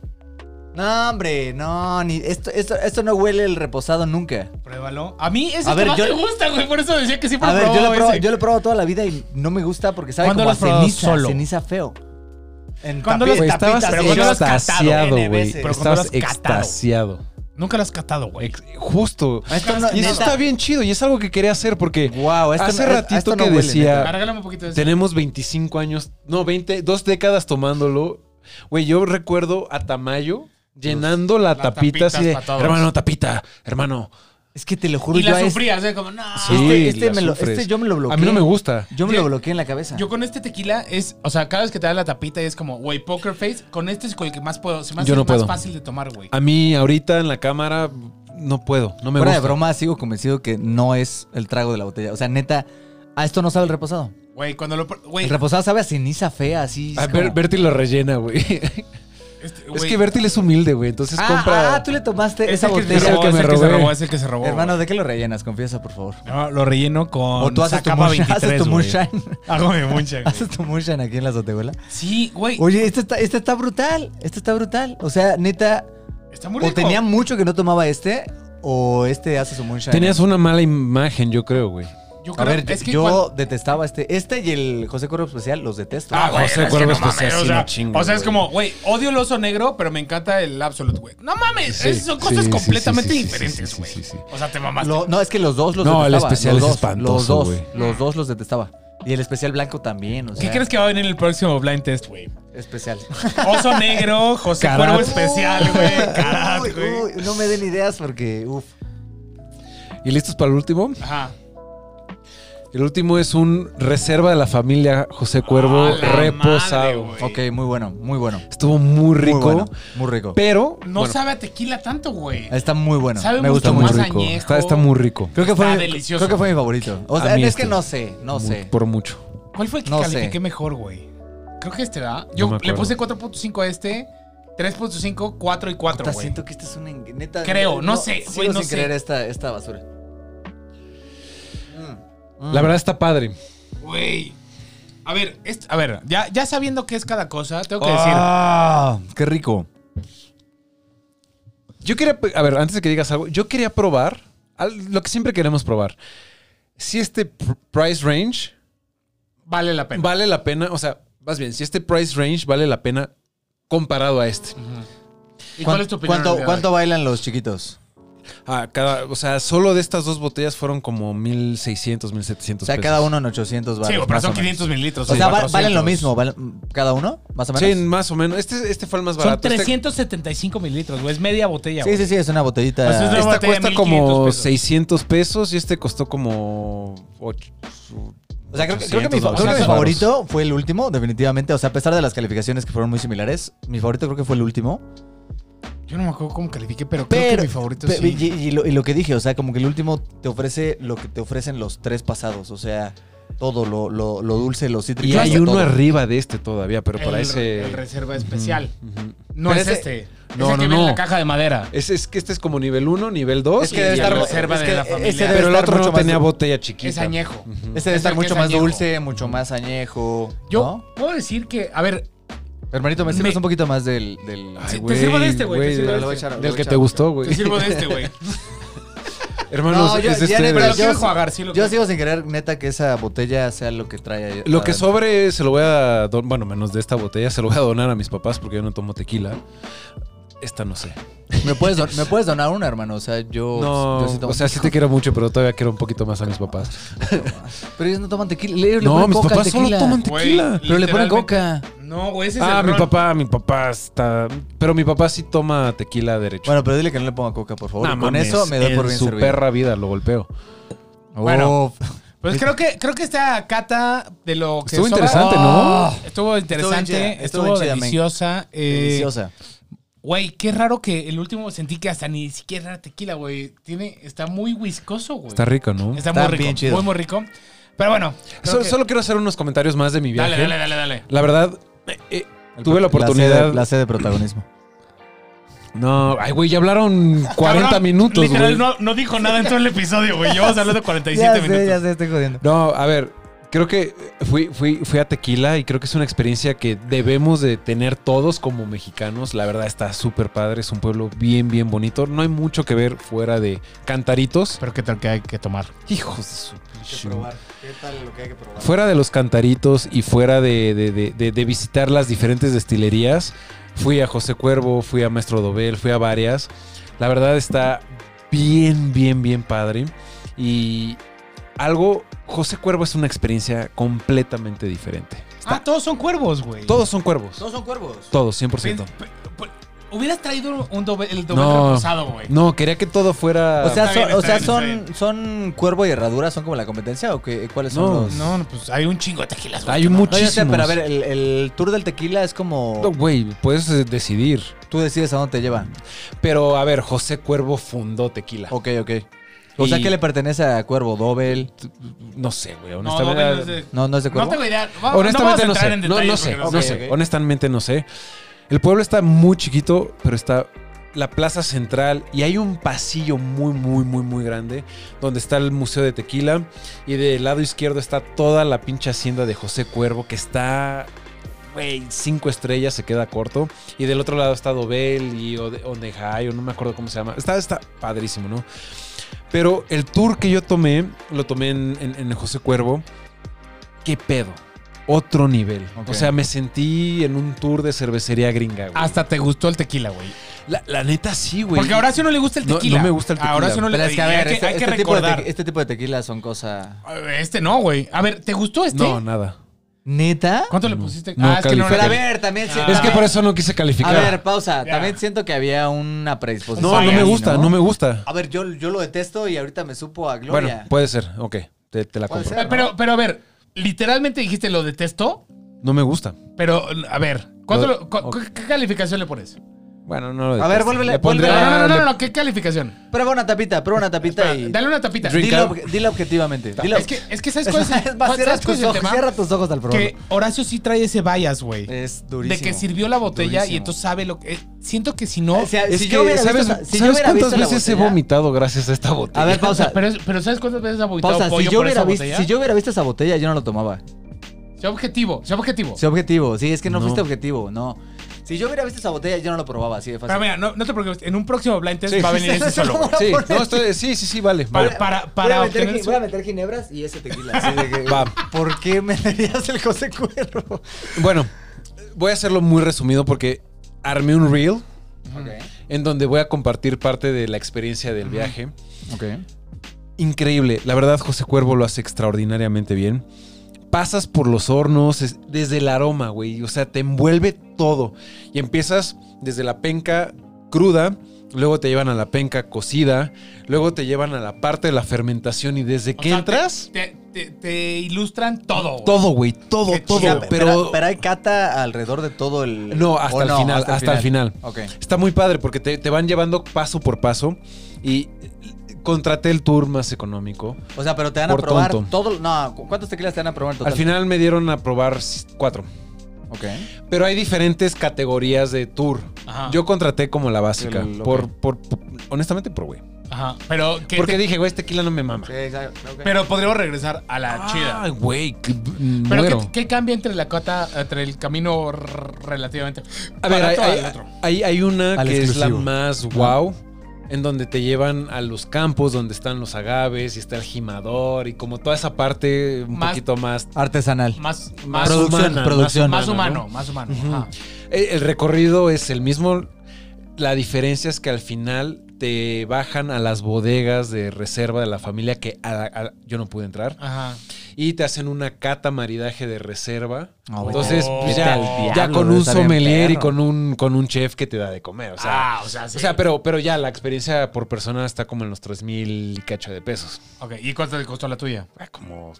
Speaker 4: No, hombre, no, ni esto, esto, esto no huele el reposado nunca.
Speaker 3: pruébalo. A mí ese
Speaker 4: A
Speaker 3: que
Speaker 4: ver,
Speaker 3: más
Speaker 4: yo-
Speaker 3: me gusta, güey, por eso decía que siempre
Speaker 4: A ver, yo
Speaker 3: probaba
Speaker 4: lo, he probado,
Speaker 3: ese.
Speaker 4: yo lo he probado toda la vida y no me gusta porque sabe
Speaker 3: ¿Cuándo
Speaker 4: como
Speaker 3: lo
Speaker 4: a
Speaker 3: has probado
Speaker 4: ceniza,
Speaker 3: solo?
Speaker 4: ceniza feo. En
Speaker 3: ¿Cuándo
Speaker 4: tapiz-
Speaker 3: lo
Speaker 2: Güey,
Speaker 3: las
Speaker 2: estabas
Speaker 3: tapitas, pero cuando lo has catado,
Speaker 2: extasiado,
Speaker 4: N
Speaker 2: güey.
Speaker 4: veces. Pero
Speaker 3: cuando lo has
Speaker 2: Estabas
Speaker 3: catado.
Speaker 2: extasiado.
Speaker 3: Nunca lo has catado, güey.
Speaker 2: Ex- Justo.
Speaker 4: Esto no,
Speaker 2: Y eso
Speaker 4: neta.
Speaker 2: está bien chido y es algo que quería hacer porque
Speaker 4: Guau, esto
Speaker 2: hace
Speaker 4: no- es-
Speaker 2: ratito
Speaker 4: esto no
Speaker 2: que
Speaker 4: huele,
Speaker 2: decía,
Speaker 3: Ah, Regálame un poquito de eso.
Speaker 2: tenemos 25 años, no, 20, dos décadas tomándolo. Güey, yo recuerdo a Tamayo llenando la
Speaker 3: las
Speaker 2: tapita así de,
Speaker 3: tapitas pa' todos.
Speaker 2: hermano, tapita, hermano.
Speaker 4: Es que te lo juro,
Speaker 3: Y
Speaker 4: yo
Speaker 3: la
Speaker 4: a este-
Speaker 3: sufrías, ¿eh? Como, no.
Speaker 2: Sí,
Speaker 4: este, este
Speaker 2: la
Speaker 4: me lo-
Speaker 2: sufres.
Speaker 4: este yo me lo bloqueé.
Speaker 2: A mí no me gusta.
Speaker 4: Yo me
Speaker 3: Yo-
Speaker 4: lo bloqueé en la cabeza.
Speaker 3: Yo con este tequila es, o sea, cada vez que te da la tapita y es como, güey, poker face, con este es con el que más puedo, se me hace
Speaker 2: Yo no
Speaker 3: el
Speaker 2: puedo.
Speaker 3: más fácil de tomar, güey.
Speaker 2: A mí ahorita en la cámara no puedo, no me
Speaker 4: Fuera de
Speaker 2: gusta.
Speaker 4: broma, sigo convencido que no es el trago de la botella. O sea, neta, a esto no sabe el reposado.
Speaker 3: Güey, cuando lo, pr- güey,
Speaker 4: El reposado sabe a ceniza fea, así.
Speaker 2: Ah,
Speaker 4: es
Speaker 2: Ber-
Speaker 4: como-
Speaker 2: Bertil lo rellena, güey.
Speaker 3: este,
Speaker 2: Es
Speaker 3: güey,
Speaker 2: que Bertil es humilde, güey, entonces
Speaker 4: ah,
Speaker 2: compra...
Speaker 4: ah, tú le tomaste
Speaker 3: es
Speaker 4: esa
Speaker 3: el que
Speaker 4: botella.
Speaker 3: se
Speaker 2: el
Speaker 3: robó,
Speaker 2: que
Speaker 3: es
Speaker 2: me
Speaker 3: el que se
Speaker 2: robé.
Speaker 3: robó, es el que se robó.
Speaker 4: Hermano,
Speaker 3: güey.
Speaker 4: ¿de qué lo rellenas? Confiesa, por favor.
Speaker 3: No, lo relleno con
Speaker 4: O tú haces tu
Speaker 3: Zacapa
Speaker 4: moonshine. Haces tu
Speaker 3: güey.
Speaker 4: moonshine.
Speaker 3: Hago mi moonshine, güey.
Speaker 4: Haces tu moonshine aquí en la azotehuela.
Speaker 3: Sí, güey.
Speaker 4: Oye, este está, este está brutal. Este está brutal. O sea, neta,
Speaker 3: Está muy
Speaker 4: o
Speaker 3: rico.
Speaker 4: tenía mucho que no tomaba este, o este hace su moonshine.
Speaker 2: Tenías una mala imagen, yo creo, güey.
Speaker 3: Yo
Speaker 4: A
Speaker 3: creo-
Speaker 4: ver,
Speaker 3: es que
Speaker 4: yo
Speaker 3: cuando-
Speaker 4: detestaba este. Este y el José Corro Especial los detesto.
Speaker 3: Ah, güey,
Speaker 2: José
Speaker 3: es que
Speaker 2: Cuervo
Speaker 3: no
Speaker 2: es que sea
Speaker 3: mames, o
Speaker 2: así,
Speaker 3: sea,
Speaker 2: no chingues,
Speaker 3: o sea, es
Speaker 2: güey.
Speaker 3: como, güey, odio el oso negro, pero me encanta el Absolute, güey. No mames,
Speaker 2: Sí,
Speaker 3: esas son cosas
Speaker 2: sí,
Speaker 3: completamente
Speaker 2: sí, sí, sí, sí,
Speaker 3: diferentes,
Speaker 2: sí,
Speaker 3: güey.
Speaker 2: sí, sí.
Speaker 3: O sea, te mamaste.
Speaker 4: Lo- no, es que los dos los
Speaker 2: No, el
Speaker 4: detestaba.
Speaker 2: especial
Speaker 4: los
Speaker 2: es
Speaker 4: dos,
Speaker 2: espantoso,
Speaker 4: Los dos,
Speaker 2: güey.
Speaker 4: los dos los detestaba. Y el especial blanco también, o
Speaker 3: ¿Qué
Speaker 4: sea,
Speaker 3: crees que va a venir en el próximo blind test, güey?
Speaker 4: Especial.
Speaker 3: Oso negro, José
Speaker 2: Karat.
Speaker 3: Cuervo especial, güey. Karat,
Speaker 4: Uy,
Speaker 3: güey.
Speaker 4: uy, no me den ideas porque, uff.
Speaker 2: ¿Y listos para el último?
Speaker 3: Ajá.
Speaker 2: El último es un reserva de la familia José Cuervo
Speaker 3: A la madre,
Speaker 2: reposado.
Speaker 3: güey.
Speaker 4: Ok, muy bueno, muy bueno.
Speaker 2: Estuvo muy rico,
Speaker 4: Muy bueno, muy rico.
Speaker 2: pero
Speaker 3: No
Speaker 2: bueno,
Speaker 3: sabe a tequila tanto, güey.
Speaker 4: Está muy bueno.
Speaker 3: Sabe
Speaker 4: me gusta
Speaker 3: mucho
Speaker 2: muy
Speaker 4: mucho.
Speaker 3: más
Speaker 2: rico.
Speaker 3: añejo.
Speaker 2: Está, está muy rico.
Speaker 4: Creo que, fue,
Speaker 3: Está delicioso.
Speaker 4: creo que fue mi favorito. O
Speaker 2: A
Speaker 4: sea,
Speaker 2: mí
Speaker 4: es
Speaker 2: este.
Speaker 4: que no sé, no
Speaker 2: Muy-
Speaker 4: sé.
Speaker 2: Por mucho.
Speaker 3: ¿Cuál fue el que
Speaker 4: No sé.
Speaker 3: califiqué mejor, güey? Creo que este, ¿verdad? Yo
Speaker 2: No me
Speaker 3: le
Speaker 2: acuerdo.
Speaker 3: puse 4.5 a este, 3.5, 4 y 4,
Speaker 4: Puta,
Speaker 3: güey.
Speaker 4: siento que este es un eng- neta.
Speaker 3: Creo, no sé,
Speaker 4: sigo
Speaker 3: güey, no
Speaker 4: sin
Speaker 3: sé.
Speaker 4: creer esta, esta basura. Mm.
Speaker 2: La verdad está padre.
Speaker 3: Güey. A ver, est- a ver, ya, ya sabiendo qué es cada cosa, tengo que decir.
Speaker 4: Ah, qué rico.
Speaker 2: Yo quería, a ver, antes de que digas algo, yo quería probar al- lo que siempre queremos probar. Si este pr- price range
Speaker 3: Vale la pena.
Speaker 2: vale la pena, o sea, más bien, si este price range vale la pena comparado a este.
Speaker 3: ¿Y cuál es tu opinión?
Speaker 4: ¿Cuánto,
Speaker 3: Olga?
Speaker 4: cuánto bailan los chiquitos?
Speaker 2: Ah, cada, o sea, solo de estas dos botellas fueron como 1600, 1700
Speaker 4: O sea,
Speaker 2: pesos.
Speaker 4: cada uno en 800
Speaker 3: Sí,
Speaker 4: baros.
Speaker 3: pero
Speaker 4: más
Speaker 3: son
Speaker 4: o menos.
Speaker 3: 500 mililitros.
Speaker 4: O sea,
Speaker 3: son
Speaker 4: va- valen lo
Speaker 3: 400.
Speaker 4: mismo, valen- cada uno, más o
Speaker 2: Sí,
Speaker 4: menos.
Speaker 2: más o menos. Este, este fue el más
Speaker 3: Son
Speaker 2: barato. Este-
Speaker 3: 375 mililitros, güey. Es media botella,
Speaker 4: Sí,
Speaker 3: güey.
Speaker 4: sí, sí, es una botellita.
Speaker 3: Pues es una-
Speaker 2: Esta
Speaker 3: botella,
Speaker 2: cuesta
Speaker 3: 1500
Speaker 2: como
Speaker 3: pesos.
Speaker 2: 600 pesos y este costó como ocho-
Speaker 4: o sea, creo, que- creo que mi, fa- creo que mi
Speaker 2: 800, 900
Speaker 4: favorito fue el último, definitivamente. O sea, a pesar de las calificaciones que fueron muy similares, mi favorito creo que fue el último.
Speaker 3: Yo no me acuerdo cómo califiqué, pero, creo
Speaker 4: Pero-
Speaker 3: que mi favorito
Speaker 4: Pe-
Speaker 3: sí.
Speaker 4: y, y lo, y lo que dije, o sea, como que el último te ofrece lo que te ofrecen los tres pasados. O sea, todo, lo, lo- lo dulce, lo cítrico.
Speaker 2: Y hay
Speaker 4: todo.
Speaker 2: uno arriba de este todavía, pero para
Speaker 3: el,
Speaker 2: ese...
Speaker 3: el reserva especial.
Speaker 2: Ujú.
Speaker 3: No
Speaker 4: Pero
Speaker 3: es
Speaker 4: ese-
Speaker 3: este.
Speaker 2: No,
Speaker 3: es el que
Speaker 2: no,
Speaker 3: viene en la
Speaker 2: no.
Speaker 3: caja de madera.
Speaker 2: Es, es que este es como nivel 1, nivel 2.
Speaker 4: Es que debe
Speaker 3: y
Speaker 4: estar.
Speaker 3: la reserva
Speaker 4: es
Speaker 3: de
Speaker 4: que
Speaker 3: la
Speaker 4: ese
Speaker 3: familia.
Speaker 4: debe
Speaker 2: pero el
Speaker 4: estar
Speaker 2: otro
Speaker 4: mucho
Speaker 2: no
Speaker 4: más
Speaker 2: tenía
Speaker 4: dul-
Speaker 2: botella chiquita.
Speaker 3: Es añejo.
Speaker 2: Ujú.
Speaker 4: Ese debe
Speaker 3: es
Speaker 4: estar
Speaker 3: el que
Speaker 4: mucho
Speaker 3: es
Speaker 4: más
Speaker 3: añejo.
Speaker 4: dulce, mucho más añejo.
Speaker 3: Yo
Speaker 4: ¿no?
Speaker 3: puedo decir que, a ver,
Speaker 4: Hermanito, me sirves
Speaker 3: Me-
Speaker 4: un poquito más del. del-
Speaker 3: Sí, te sirvo de este, güey, te sirvo
Speaker 2: del-
Speaker 3: de este.
Speaker 2: Del que te gustó, güey.
Speaker 3: te sirvo de este, güey.
Speaker 2: Hermanos,
Speaker 4: No, yo-
Speaker 2: es este-
Speaker 4: ya neta,
Speaker 3: Pero lo
Speaker 4: yo-
Speaker 3: quiero jugar, sí lo
Speaker 4: Yo
Speaker 3: quiero.
Speaker 4: sigo sin querer, neta, que esa botella sea lo que trae. ahí Ah,
Speaker 2: Lo que
Speaker 4: adentro.
Speaker 2: sobre se lo voy a don- bueno, menos de esta botella, se lo voy a donar a mis papás porque yo no tomo tequila. Esta no sé.
Speaker 4: ¿Me puedes, don- ¿Me puedes donar una, hermano? O sea, yo.
Speaker 2: No,
Speaker 4: yo sí tomo-
Speaker 2: o sea, sí te quiero mucho, pero todavía quiero un poquito más a mis papás.
Speaker 4: Pero ellos no toman tequila. Le- le
Speaker 2: No,
Speaker 4: ponen
Speaker 2: mis
Speaker 4: coca al
Speaker 2: papás solo
Speaker 4: tequila.
Speaker 2: toman tequila.
Speaker 3: Güey,
Speaker 4: Pero le ponen
Speaker 3: literalmente-
Speaker 4: coca.
Speaker 3: No, güey, ese es
Speaker 2: Ah,
Speaker 3: el
Speaker 2: mi
Speaker 3: ron.
Speaker 2: papá, mi papá está. Pero mi papá sí toma tequila derecho.
Speaker 4: Bueno, pero dile que no le ponga coca, por favor.
Speaker 2: No
Speaker 4: Y Con
Speaker 2: mames,
Speaker 4: eso me doy
Speaker 2: en
Speaker 4: por bien
Speaker 2: su
Speaker 4: servido.
Speaker 2: perra vida lo golpeo.
Speaker 3: Bueno,
Speaker 4: Uf.
Speaker 3: Pues creo que, creo que esta cata de lo que
Speaker 2: Estuvo
Speaker 3: sobra- Oh,
Speaker 2: interesante, ¿no?
Speaker 3: Estuvo
Speaker 4: Estuvo bien
Speaker 3: interesante,
Speaker 4: chida,
Speaker 3: estuvo,
Speaker 4: estuvo bien chida, men.
Speaker 3: deliciosa. eh,
Speaker 4: deliciosa.
Speaker 3: Güey, qué raro que el último sentí que hasta ni siquiera era tequila, güey. Tiene, está muy viscoso, güey.
Speaker 2: Está rico, ¿no?
Speaker 3: Está
Speaker 4: Está
Speaker 3: muy rico,
Speaker 4: bien chido.
Speaker 3: muy muy rico. Pero bueno, creo
Speaker 2: So-
Speaker 3: que-
Speaker 2: Solo quiero hacer unos comentarios más de mi viaje.
Speaker 3: dale, dale, dale, dale.
Speaker 2: La verdad, eh, eh,
Speaker 4: El
Speaker 2: tuve la
Speaker 4: pro-
Speaker 2: oportunidad.
Speaker 4: sed- La sed de protagonismo.
Speaker 2: No, ay, güey, ya hablaron 40
Speaker 3: Cabrón,
Speaker 2: minutos,
Speaker 3: Literal,
Speaker 2: güey. No...
Speaker 3: no, no dijo nada en todo el episodio, güey. Llevamos hablando 47
Speaker 4: ya
Speaker 3: minutos.
Speaker 4: sé, ya sé, estoy jodiendo.
Speaker 2: a ver, creo que fui, fui, fui a Tequila y creo que es una experiencia que debemos de tener todos como mexicanos. La verdad está súper padre, es un pueblo bien, bien bonito. No hay mucho que ver fuera de cantaritos.
Speaker 3: Pero qué tal que hay que tomar.
Speaker 2: Hijos de su pinche madre.
Speaker 4: ¿Qué tal lo que hay que probar?
Speaker 2: Fuera de los cantaritos y fuera de, de- de- de- de visitar las diferentes destilerías, fui a José Cuervo, fui a Maestro Dobel, fui a varias. La verdad está bien, bien, bien padre. Y algo, José Cuervo es una experiencia completamente diferente. Está-
Speaker 3: Ah, todos son cuervos, güey.
Speaker 2: todos son cuervos.
Speaker 4: Todos son cuervos.
Speaker 2: Todos,
Speaker 3: Pe-
Speaker 2: 100%.
Speaker 3: pe- pe- Hubieras traído un doble, el doble
Speaker 2: No.
Speaker 3: reposado, güey.
Speaker 2: No, quería que todo fuera...
Speaker 4: O sea,
Speaker 3: Está bien,
Speaker 4: son, o
Speaker 3: está
Speaker 4: sea
Speaker 3: bien, está
Speaker 4: son, son cuervo y herradura, son como la competencia o qué, cuáles son
Speaker 2: No,
Speaker 4: los.
Speaker 3: No, no, pues hay un chingo de tequilas, güey.
Speaker 2: hay
Speaker 4: No, yo sé,
Speaker 2: muchísimos.
Speaker 4: pero a ver, el, el tour del tequila es como.
Speaker 2: No, Güey, puedes eh, decidir.
Speaker 4: Tú decides a dónde te lleva.
Speaker 2: Pero a ver, José Cuervo fundó Tequila.
Speaker 4: Ok, ok. O sea,
Speaker 2: Y-
Speaker 4: ¿qué le pertenece a Cuervo? ¿Dobel?
Speaker 2: No sé, güey.
Speaker 3: No, doble
Speaker 2: Honestamente,
Speaker 3: no es de-
Speaker 4: No, no es de
Speaker 3: No
Speaker 4: Cuervo.
Speaker 3: tengo idea. Va-
Speaker 2: Honestamente no,
Speaker 3: vamos a entrar
Speaker 2: sé.
Speaker 3: en
Speaker 2: No,
Speaker 3: detalles
Speaker 2: no sé,
Speaker 3: porque
Speaker 2: no
Speaker 4: Ok,
Speaker 2: sé.
Speaker 4: ok.
Speaker 2: Honestamente no sé. El pueblo está muy chiquito, pero está la plaza central y hay un pasillo muy, muy, muy, muy grande donde está el Museo de Tequila y del lado izquierdo está toda la pinche hacienda de José Cuervo que está... Güey, cinco estrellas se queda corto. Y del otro lado está Dobel y Ode- Ondejay, o no me acuerdo cómo se llama. Está, está padrísimo, ¿no? Pero el tour que yo tomé, lo tomé en, en- en José Cuervo. ¿Qué pedo? Otro nivel.
Speaker 4: Ok.
Speaker 2: O sea, me sentí en un tour de cervecería gringa, güey.
Speaker 3: Hasta te gustó el tequila, güey.
Speaker 2: La, la neta sí, güey.
Speaker 3: Porque a Horacio no le gusta el
Speaker 2: No,
Speaker 3: tequila.
Speaker 2: no me gusta el
Speaker 3: A
Speaker 2: tequila.
Speaker 3: Horacio no le
Speaker 4: Pero es que, a
Speaker 3: y hay
Speaker 4: ver,
Speaker 3: que-
Speaker 4: este,
Speaker 3: hay que
Speaker 4: este tipo de
Speaker 3: recordar.
Speaker 4: tequi- este tipo de tequila son cosas.
Speaker 3: Este no, güey. A ver, ¿te gustó este?
Speaker 2: No, nada.
Speaker 4: ¿Neta?
Speaker 3: ¿Cuánto le pusiste?
Speaker 2: No,
Speaker 3: ah, es que no
Speaker 2: califica.
Speaker 4: Pero a
Speaker 3: era-
Speaker 4: ver, también.
Speaker 3: Es
Speaker 4: si-
Speaker 3: que
Speaker 2: Es que
Speaker 4: también-
Speaker 2: por eso no quise
Speaker 4: A
Speaker 2: calificar.
Speaker 4: ver, pausa.
Speaker 3: Ah. Ya.
Speaker 4: También siento que había una predisposición.
Speaker 2: no, no
Speaker 3: ahí,
Speaker 4: ahí,
Speaker 2: me gusta, no me gusta.
Speaker 4: A ver, yo, yo lo detesto y ahorita me supo a
Speaker 2: Bueno,
Speaker 4: Gloria.
Speaker 2: puede ser. Ok, te, te la
Speaker 4: Puede
Speaker 2: compro.
Speaker 4: ser.
Speaker 3: Eh, Pero, pero a ver, literalmente dijiste lo detesto,
Speaker 2: No me gusta.
Speaker 3: pero a ver, ¿cuánto
Speaker 2: Lo-
Speaker 3: lo- cu-
Speaker 2: ok.
Speaker 3: ¿qué calificación le pones?
Speaker 2: Bueno, no lo
Speaker 4: A ver,
Speaker 2: detesto.
Speaker 4: vuélvele-
Speaker 2: Le pondría-
Speaker 3: No,
Speaker 4: vuélvele-
Speaker 3: no, no, no,
Speaker 2: le-
Speaker 3: no, ¿qué calificación?
Speaker 4: Prueba una tapita, prueba una tapita
Speaker 3: Espera,
Speaker 4: y.
Speaker 3: dale una tapita.
Speaker 2: Drink.
Speaker 4: Dilo, obje- dilo objetivamente. Dilo-
Speaker 3: Es que, es que ¿sabes cuál es,
Speaker 4: Es más,
Speaker 3: cuál-
Speaker 4: cierra
Speaker 3: ¿sabes cuál
Speaker 4: tus
Speaker 3: es el
Speaker 4: ojos,
Speaker 3: tema?
Speaker 4: cierra tus ojos al programa.
Speaker 3: Que Horacio sí trae ese bias, güey.
Speaker 4: Es Eh, durísimo.
Speaker 3: De que sirvió la botella y
Speaker 4: durísimo.
Speaker 3: entonces sabe lo que... eh, siento que si no...
Speaker 4: O sea,
Speaker 2: Es
Speaker 4: si
Speaker 2: que,
Speaker 4: yo hubiera
Speaker 2: ¿sabes,
Speaker 4: visto esa- si yo
Speaker 2: ¿sabes
Speaker 4: hubiera
Speaker 2: cuántas
Speaker 4: visto la
Speaker 2: veces he
Speaker 4: botella-
Speaker 2: vomitado gracias a esta botella?
Speaker 4: A ver, pausa.
Speaker 3: pero, es- pero ¿sabes cuántas veces ha vomitado
Speaker 4: Pausa,
Speaker 3: pollo
Speaker 4: si yo,
Speaker 3: por
Speaker 4: hubiera
Speaker 3: esa
Speaker 4: visto,
Speaker 3: botella?
Speaker 4: si yo hubiera visto esa botella, yo no lo tomaba.
Speaker 3: Sea objetivo, sea objetivo.
Speaker 4: Sé objetivo, sí, es que no,
Speaker 2: No.
Speaker 4: fuiste objetivo, no. Si yo hubiera visto esa botella, yo no lo probaba, así de fácil.
Speaker 3: Pero mira, no, no te preocupes, en un próximo blind test
Speaker 2: Sí.
Speaker 3: va a venir ese solo. güey.
Speaker 2: Sí, no, estoy- sí, sí, sí, vale.
Speaker 3: Para,
Speaker 2: vale.
Speaker 3: para, para
Speaker 4: voy, a meter,
Speaker 3: obtener...
Speaker 4: gi-
Speaker 3: su-
Speaker 4: voy a meter ginebras y ese tequila. así de que-
Speaker 2: Va.
Speaker 4: ¿Por qué me darías el José Cuervo?
Speaker 2: Bueno, voy a hacerlo muy resumido porque armé un reel en donde voy a compartir parte de la experiencia del viaje.
Speaker 4: Ok.
Speaker 2: Increíble, la verdad José Cuervo lo hace extraordinariamente bien. Pasas por los hornos, es- desde el aroma, güey, o sea, te envuelve todo. Y empiezas desde la penca cruda, luego te llevan a la penca cocida, luego te llevan a la parte de la fermentación y desde
Speaker 3: O
Speaker 2: que
Speaker 3: sea,
Speaker 2: entras...
Speaker 3: Te, te- te ilustran todo. güey.
Speaker 2: Todo, güey, todo,
Speaker 3: Qué
Speaker 2: todo.
Speaker 3: chida,
Speaker 2: Pero,
Speaker 4: pero, pero hay cata alrededor de todo el.
Speaker 2: No, hasta
Speaker 4: ¿o
Speaker 2: el final, hasta el final.
Speaker 4: Ok.
Speaker 2: Está muy padre porque te, te van llevando paso por paso y eh, contraté el tour más económico.
Speaker 4: O sea, pero te van a
Speaker 2: Por
Speaker 4: probar
Speaker 2: tonto.
Speaker 4: todo. No, ¿cu- ¿cuántos tequilas te van a probar en total?
Speaker 2: Al final me dieron a probar s- cuatro.
Speaker 4: Ok.
Speaker 2: Pero hay diferentes categorías de tour.
Speaker 3: Ajá.
Speaker 2: Yo contraté como la básica.
Speaker 4: El- ok.
Speaker 2: por, por, por- honestamente, por güey.
Speaker 3: Ajá. Pero, ¿qué
Speaker 2: Porque
Speaker 3: te-
Speaker 2: dije, güey, este tequila no me mama.
Speaker 4: Sí, exacto. ok.
Speaker 3: pero podríamos regresar a
Speaker 4: Ah,
Speaker 3: la
Speaker 2: Ay,
Speaker 3: Ah, chida.
Speaker 2: güey, que- mm,
Speaker 3: Pero,
Speaker 2: muero.
Speaker 3: ¿qué, qué cambia entre la cota, entre el camino r- relativamente?
Speaker 2: A ver, hay,
Speaker 3: barato al
Speaker 2: hay-
Speaker 3: otro?
Speaker 2: hay- hay una
Speaker 4: Al
Speaker 2: que es la
Speaker 4: exclusivo.
Speaker 2: más wow. en donde te llevan a los campos donde están los agaves y está el jimador y como toda esa parte un
Speaker 3: Más-
Speaker 2: poquito más
Speaker 4: Artesanal.
Speaker 3: Más, más,
Speaker 2: más
Speaker 4: Producción,
Speaker 2: humana,
Speaker 4: producción.
Speaker 2: más
Speaker 3: más
Speaker 2: humana,
Speaker 3: humano,
Speaker 2: ¿no?
Speaker 3: más humano.
Speaker 2: Ujú.
Speaker 3: ajá.
Speaker 2: Eh, El recorrido es el mismo. La diferencia es que al final te bajan a las bodegas de reserva de la familia que a la- a- yo no pude entrar
Speaker 3: Ajá.
Speaker 2: y te hacen una cata maridaje de reserva.
Speaker 4: Ah, bueno.
Speaker 2: Entonces,
Speaker 3: Oh.
Speaker 2: pues
Speaker 3: Vete
Speaker 2: ya,
Speaker 3: al
Speaker 2: ya
Speaker 4: diablo,
Speaker 2: con
Speaker 4: güey,
Speaker 2: un
Speaker 4: está bien
Speaker 2: sommelier y
Speaker 4: perro.
Speaker 2: con un, con un chef que te da de comer. O sea,
Speaker 3: ah, o sea, sí.
Speaker 2: o sea pero, pero ya la experiencia por persona está como en los 3 mil cacho de pesos.
Speaker 3: Ok, ¿y cuánto te costó la tuya?
Speaker 2: Ah, Como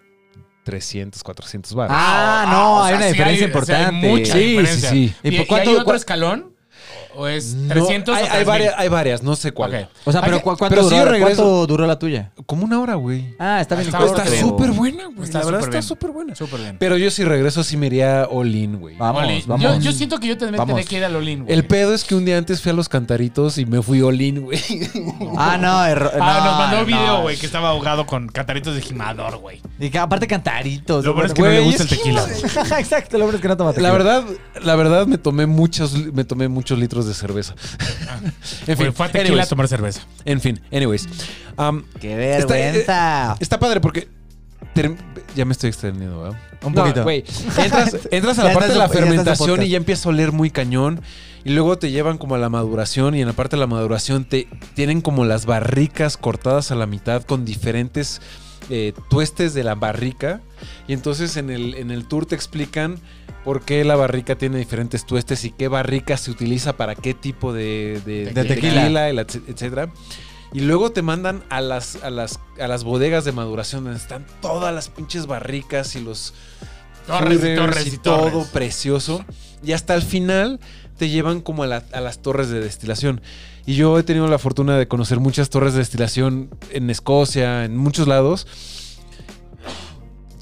Speaker 2: 300, 400 baros.
Speaker 4: Ah,
Speaker 3: Ah,
Speaker 4: no,
Speaker 3: o sea,
Speaker 4: hay una
Speaker 3: sí
Speaker 4: diferencia
Speaker 3: hay- o sea, hay
Speaker 4: importante.
Speaker 3: mucha
Speaker 2: Sí, sí,
Speaker 3: diferencia.
Speaker 2: sí.
Speaker 3: ¿Y,
Speaker 4: ¿Y por
Speaker 3: y
Speaker 4: cuánto-
Speaker 3: hay otro
Speaker 4: cua-
Speaker 3: escalón? ¿O es
Speaker 2: No,
Speaker 3: 300
Speaker 2: hay,
Speaker 3: o
Speaker 2: hay
Speaker 3: 3000?
Speaker 2: varias, hay varias, no sé cuál.
Speaker 3: Ok.
Speaker 4: O sea, pero,
Speaker 3: Hay que-
Speaker 4: ¿cu- cuánto,
Speaker 2: pero si
Speaker 4: duró,
Speaker 2: yo regreso-
Speaker 4: cuánto duró la tuya?
Speaker 2: Como una hora, güey.
Speaker 4: Ah, está bien.
Speaker 3: Está
Speaker 4: corta,
Speaker 2: Está
Speaker 3: súper
Speaker 4: pero-
Speaker 2: súper buena, güey.
Speaker 3: Está
Speaker 2: la verdad
Speaker 3: súper
Speaker 2: está
Speaker 3: bien.
Speaker 2: súper buena.
Speaker 3: Súper bien.
Speaker 2: Pero yo si regreso sí me iría all in, güey.
Speaker 4: Vamos,
Speaker 3: Oli,
Speaker 4: vamos.
Speaker 3: Yo, yo siento que yo también
Speaker 4: Vamos.
Speaker 3: tendré que ir al Olin, güey.
Speaker 2: El pedo es que un día antes fui a los cantaritos y me fui all in, güey.
Speaker 4: Ah, no, error.
Speaker 3: Ah,
Speaker 4: no,
Speaker 3: nos mandó un
Speaker 4: no.
Speaker 3: video, güey, que estaba ahogado con cataritos de gimador, güey.
Speaker 4: Y que aparte cantaritos.
Speaker 3: Lo
Speaker 4: güey.
Speaker 3: bueno es que no le
Speaker 2: Güey,
Speaker 3: gusta el
Speaker 2: es que-
Speaker 3: tequila.
Speaker 4: Exacto, lo bueno es que no toma tequila.
Speaker 2: La verdad, la verdad me tomé muchos, me tomé muchos litros de cerveza. en
Speaker 3: Ah. Fue-
Speaker 2: fin,
Speaker 3: Fue a tequila a
Speaker 2: anyways,
Speaker 3: tomar cerveza.
Speaker 2: en fin, anyways. Am,
Speaker 4: ¡Qué
Speaker 2: Está- eh,
Speaker 4: vergüenza!
Speaker 2: está padre porque ter- ya me estoy extendiendo, ¿verdad?
Speaker 4: Un
Speaker 2: No,
Speaker 4: poquito.
Speaker 2: güey, entras, entras a la
Speaker 4: Ya estás en- ya
Speaker 2: parte de la
Speaker 4: estás en
Speaker 2: fermentación y
Speaker 4: podcast.
Speaker 2: ya empieza a oler muy cañón. Y luego te llevan como a la maduración y en la parte de la maduración te tienen como las barricas cortadas a la mitad con diferentes eh, tuestes de la barrica. Y entonces en el, en el tour te explican por qué la barrica tiene diferentes tuestes y qué barrica se utiliza para qué tipo de, de-
Speaker 4: De
Speaker 2: de
Speaker 4: tequila.
Speaker 2: tequila, el etc- etcétera. Y luego te mandan a las, a las, a las bodegas de maduración donde están todas las pinches barricas y los
Speaker 3: Torres y
Speaker 2: Hooters
Speaker 3: torres
Speaker 2: y
Speaker 3: y torres.
Speaker 2: todo precioso. Y hasta el final te llevan como a, la- a las torres de destilación. Y yo he tenido la fortuna de conocer muchas torres de destilación en Escocia, en muchos lados.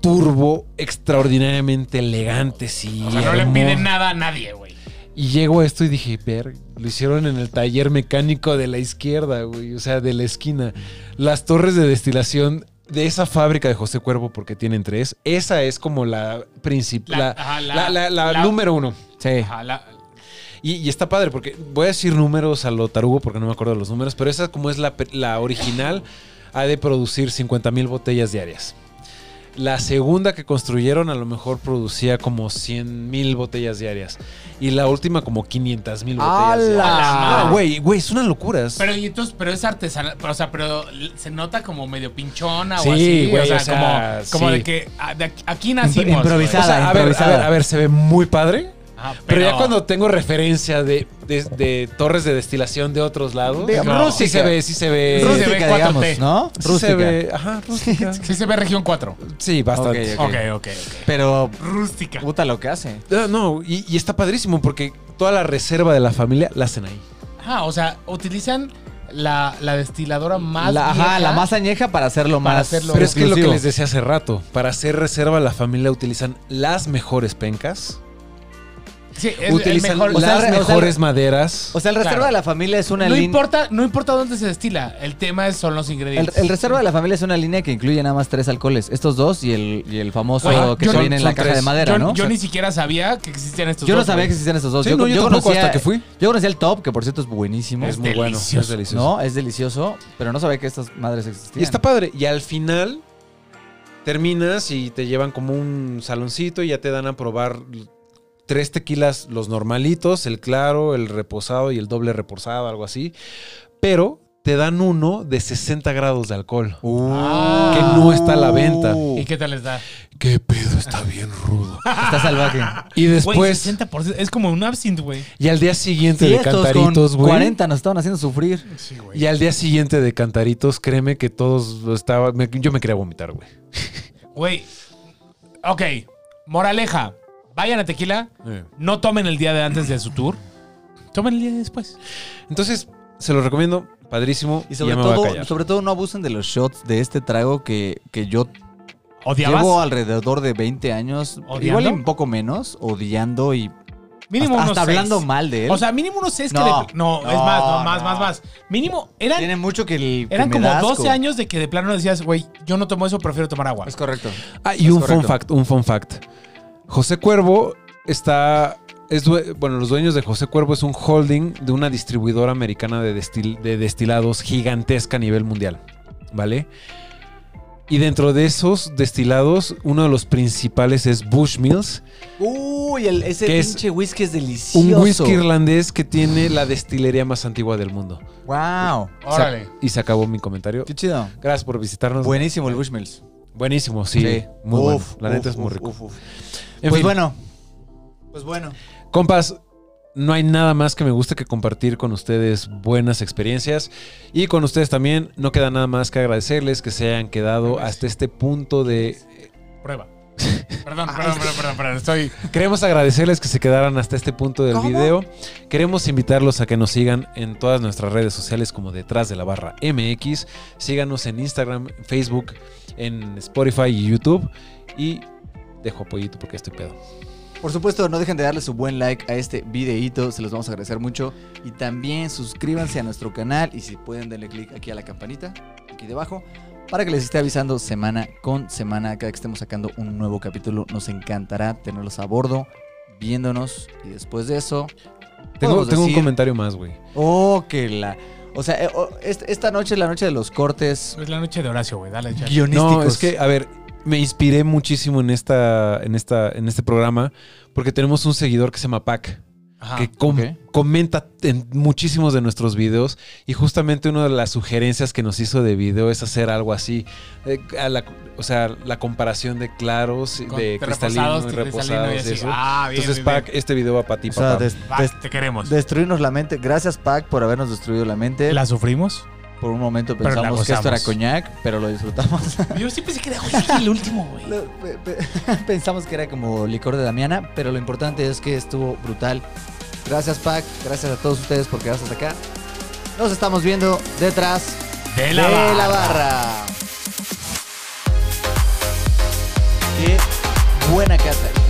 Speaker 2: Turbo, extraordinariamente elegantes y.
Speaker 3: O sea, no le
Speaker 2: hermo-
Speaker 3: piden nada a nadie, güey.
Speaker 2: Y llego a esto y dije, ver, lo hicieron en el taller mecánico de la izquierda, güey, o sea, de la esquina. Las torres de destilación de esa fábrica de José Cuervo, porque tienen tres, esa es como la principal,
Speaker 3: La-
Speaker 2: la,
Speaker 3: ajá, la-
Speaker 2: la- la- la
Speaker 3: la-
Speaker 2: número uno.
Speaker 4: Sí.
Speaker 3: Ajá, la-
Speaker 2: Y, y está padre, porque voy a decir números a lo tarugo, porque no me acuerdo los números, pero esa como es la, pe- la original, ha de producir 50 mil botellas diarias. La segunda que construyeron a lo mejor producía como 100 mil botellas diarias. Y la última como 500 mil botellas diarias.
Speaker 4: ¡Hala!
Speaker 2: Ah, güey, güey, es una locura. Es-
Speaker 3: Pero, y entonces, pero es artesanal, pero, o sea, pero l- se nota como medio pinchona
Speaker 2: Sí,
Speaker 3: o así,
Speaker 2: güey,
Speaker 3: o sea,
Speaker 2: o sea,
Speaker 3: como, como
Speaker 2: sí.
Speaker 3: de que a- de aquí- aquí nacimos.
Speaker 4: improvisada.
Speaker 2: O sea, a, ver, a
Speaker 4: improvisada.
Speaker 2: ver, a ver, se ve muy padre.
Speaker 3: güey. Ajá,
Speaker 2: Pero, ya cuando tengo referencia de, de- de torres de destilación de otros lados,
Speaker 4: De
Speaker 2: no, sí
Speaker 4: rústica.
Speaker 2: se ve, sí se ve.
Speaker 3: Sí se
Speaker 4: Rústica,
Speaker 3: ve 4T.
Speaker 4: digamos, ¿no?
Speaker 2: Sí
Speaker 4: Rústica.
Speaker 2: se ve. Ajá, rústica.
Speaker 3: Sí se ve región 4.
Speaker 2: Sí, bastante.
Speaker 4: Ok,
Speaker 3: Ok, ok, ok.
Speaker 4: Pero,
Speaker 3: Rústica.
Speaker 4: puta lo que hace.
Speaker 2: Ah, no, y, y está padrísimo porque toda la reserva de la familia la hacen ahí.
Speaker 3: Ajá, Ah, o sea, utilizan la, la destiladora más
Speaker 4: La-
Speaker 3: vieja.
Speaker 4: ajá, la más añeja para hacerlo
Speaker 3: Para
Speaker 4: más.
Speaker 3: hacerlo-
Speaker 2: Pero es que es lo que
Speaker 4: exclusivo.
Speaker 2: les decía hace rato, para hacer reserva la familia utilizan las mejores pencas,
Speaker 3: Sí, es el
Speaker 2: utilizan
Speaker 3: mejor-
Speaker 4: o sea,
Speaker 2: las
Speaker 4: re- o sea,
Speaker 2: mejores maderas.
Speaker 4: O sea, el reserva
Speaker 3: Claro.
Speaker 4: de la familia es una
Speaker 3: no
Speaker 4: línea.
Speaker 3: importa, no importa dónde se destila, el tema es- son los
Speaker 4: El,
Speaker 3: ingredientes.
Speaker 4: el reserva de la familia es una línea que incluye nada más tres alcoholes. Estos dos y el, y el famoso
Speaker 3: Güey,
Speaker 4: que
Speaker 3: yo
Speaker 4: se
Speaker 3: no-
Speaker 4: viene en la
Speaker 2: son
Speaker 4: caja
Speaker 2: tres.
Speaker 4: de madera,
Speaker 3: yo,
Speaker 4: ¿no?
Speaker 3: yo ni siquiera sabía que existían estos
Speaker 4: Yo no
Speaker 3: dos,
Speaker 4: sabía
Speaker 3: güey.
Speaker 4: que existían estos dos.
Speaker 2: Sí,
Speaker 4: yo
Speaker 2: no, yo tampoco,
Speaker 4: conocía,
Speaker 2: hasta que fui.
Speaker 4: Yo conocía el top, que por cierto es buenísimo.
Speaker 2: es muy bueno, es
Speaker 3: delicioso.
Speaker 2: delicioso.
Speaker 4: no, es delicioso, pero no sabía que estas madres existían.
Speaker 2: Y está padre. Y al final terminas y te llevan como un saloncito y ya te dan a probar tres tequilas, los normalitos, el claro, el reposado y el doble reposado, algo así. Pero te dan uno de 60 grados de alcohol.
Speaker 4: Uh,
Speaker 3: Ah.
Speaker 2: que no está a la venta.
Speaker 3: ¿Y qué tal les da?
Speaker 2: ¿Qué pedo? Está bien rudo.
Speaker 4: Está salvaje.
Speaker 2: Y
Speaker 3: Güey,
Speaker 2: después,
Speaker 3: 60%, es como un absinthe, güey.
Speaker 2: y al día siguiente
Speaker 4: Sí,
Speaker 2: de
Speaker 4: estos con
Speaker 2: cantaritos, güey.
Speaker 4: 40 nos estaban haciendo sufrir.
Speaker 3: Sí, güey.
Speaker 2: Y al día siguiente de cantaritos, créeme que todos estaba, me- yo me quería vomitar, güey.
Speaker 3: Güey. Ok. Moraleja. Vayan a tequila. No tomen el día de antes de su tour. Tomen el día de después.
Speaker 2: Entonces, se los recomiendo, padrísimo.
Speaker 4: Y sobre
Speaker 2: ya me voy a
Speaker 4: todo,
Speaker 2: callar.
Speaker 4: sobre todo no abusen de los shots de este trago que, que yo
Speaker 3: ¿Odiabas?
Speaker 4: llevo alrededor de 20 años,
Speaker 3: ¿Odiando?
Speaker 4: igual y un poco menos, odiando y
Speaker 3: mínimo
Speaker 4: hasta,
Speaker 3: unos
Speaker 4: hasta hablando
Speaker 3: seis.
Speaker 4: mal de él.
Speaker 3: O sea, mínimo unos seis
Speaker 4: No,
Speaker 3: que... le- no, es
Speaker 4: no,
Speaker 3: más, no, más,
Speaker 4: no.
Speaker 3: más, más. Mínimo, eran,
Speaker 4: tiene mucho que el que
Speaker 3: eran
Speaker 4: me
Speaker 3: como
Speaker 4: da asco.
Speaker 3: 12 años de que de plano decías, güey, yo no tomo eso, prefiero tomar agua.
Speaker 4: Es correcto.
Speaker 2: Ah, y
Speaker 4: Es
Speaker 2: un fun
Speaker 4: correcto.
Speaker 2: fact, un fun fact. José Cuervo está es due- bueno, los dueños de José Cuervo es un holding de una distribuidora americana de, destil- de destilados gigantesca a nivel mundial, ¿vale? Y dentro de esos destilados, uno de los principales es Bushmills,
Speaker 4: Uy, el- ese
Speaker 2: ¿Qué es?
Speaker 4: pinche whisky es delicioso.
Speaker 2: un whisky irlandés que tiene la destilería más antigua del mundo.
Speaker 4: Wow.
Speaker 3: Órale.
Speaker 2: Se- y se acabó mi comentario.
Speaker 4: Qué chido.
Speaker 2: Gracias por visitarnos.
Speaker 4: Buenísimo el Bushmills.
Speaker 2: Buenísimo, sí. Muy
Speaker 4: Uf,
Speaker 2: bueno. La
Speaker 4: uf,
Speaker 2: neta es muy
Speaker 4: uf,
Speaker 2: rico.
Speaker 4: uf, uf.
Speaker 2: En
Speaker 4: pues
Speaker 2: fin,
Speaker 4: bueno. Pues bueno.
Speaker 2: Compas, no hay nada más que me guste que compartir con ustedes buenas experiencias. Y con ustedes también, no queda nada más que agradecerles que se hayan quedado hasta este punto de...
Speaker 3: Prueba. Perdón,
Speaker 4: Ah,
Speaker 3: perdón, perdón, perdón, perdón. Estoy.
Speaker 2: Queremos agradecerles que se quedaran hasta este punto del video. Queremos invitarlos a que nos sigan en todas nuestras redes sociales como detrás de la barra MX. Síganos en Instagram, Facebook, en Spotify y YouTube. Y dejo apoyito porque estoy pedo.
Speaker 4: Por supuesto, no dejen de darle su buen like a este videíto, se los vamos a agradecer mucho. Y también suscríbanse a nuestro canal y si pueden denle click aquí a la campanita, aquí debajo, para que les esté avisando semana con semana cada que estemos sacando un nuevo capítulo. Nos encantará tenerlos a bordo, viéndonos y después de eso...
Speaker 2: Tengo,
Speaker 4: podemos
Speaker 2: tengo un
Speaker 4: decir,
Speaker 2: comentario más, güey.
Speaker 4: Oh, que la... O sea, eh, oh, est- esta noche es la noche de los cortes
Speaker 3: Es la noche de Horacio, güey. Dale, chale.
Speaker 4: guionísticos.
Speaker 2: No, es que, a ver, me inspiré muchísimo en esta, en esta, en este programa, porque tenemos un seguidor que se llama Pac,
Speaker 3: Ajá.
Speaker 2: que com-
Speaker 4: ok.
Speaker 2: comenta en muchísimos de nuestros videos, y justamente una de las sugerencias que nos hizo de video es hacer algo así, eh, a la- o sea, la comparación de claros,
Speaker 3: Con
Speaker 2: de cristalinos,
Speaker 3: reposados,
Speaker 2: reposados,
Speaker 3: cristalino y así.
Speaker 2: eso.
Speaker 3: Ah, bien.
Speaker 2: Entonces,
Speaker 3: bien, bien.
Speaker 2: Pac, este video va para ti,
Speaker 4: O sea,
Speaker 2: papá.
Speaker 4: des-
Speaker 3: Va,
Speaker 4: des-
Speaker 3: te queremos.
Speaker 4: destruirnos la mente. Gracias, Pac, por habernos destruido la mente.
Speaker 3: ¿La sufrimos?
Speaker 4: Por un momento
Speaker 3: Pero la
Speaker 4: pensamos que esto era
Speaker 3: gozamos.
Speaker 4: coñac, pero lo disfrutamos.
Speaker 3: Yo sí pensé que era whisky el último, güey.
Speaker 4: Lo- pe- pe- Pensamos que era como licor de Damiana, pero lo importante es que estuvo brutal. Gracias, Pac. Gracias a todos ustedes por quedarse hasta acá. Nos estamos viendo detrás
Speaker 3: De
Speaker 4: de
Speaker 3: la barra.
Speaker 4: la barra. Qué buena casa.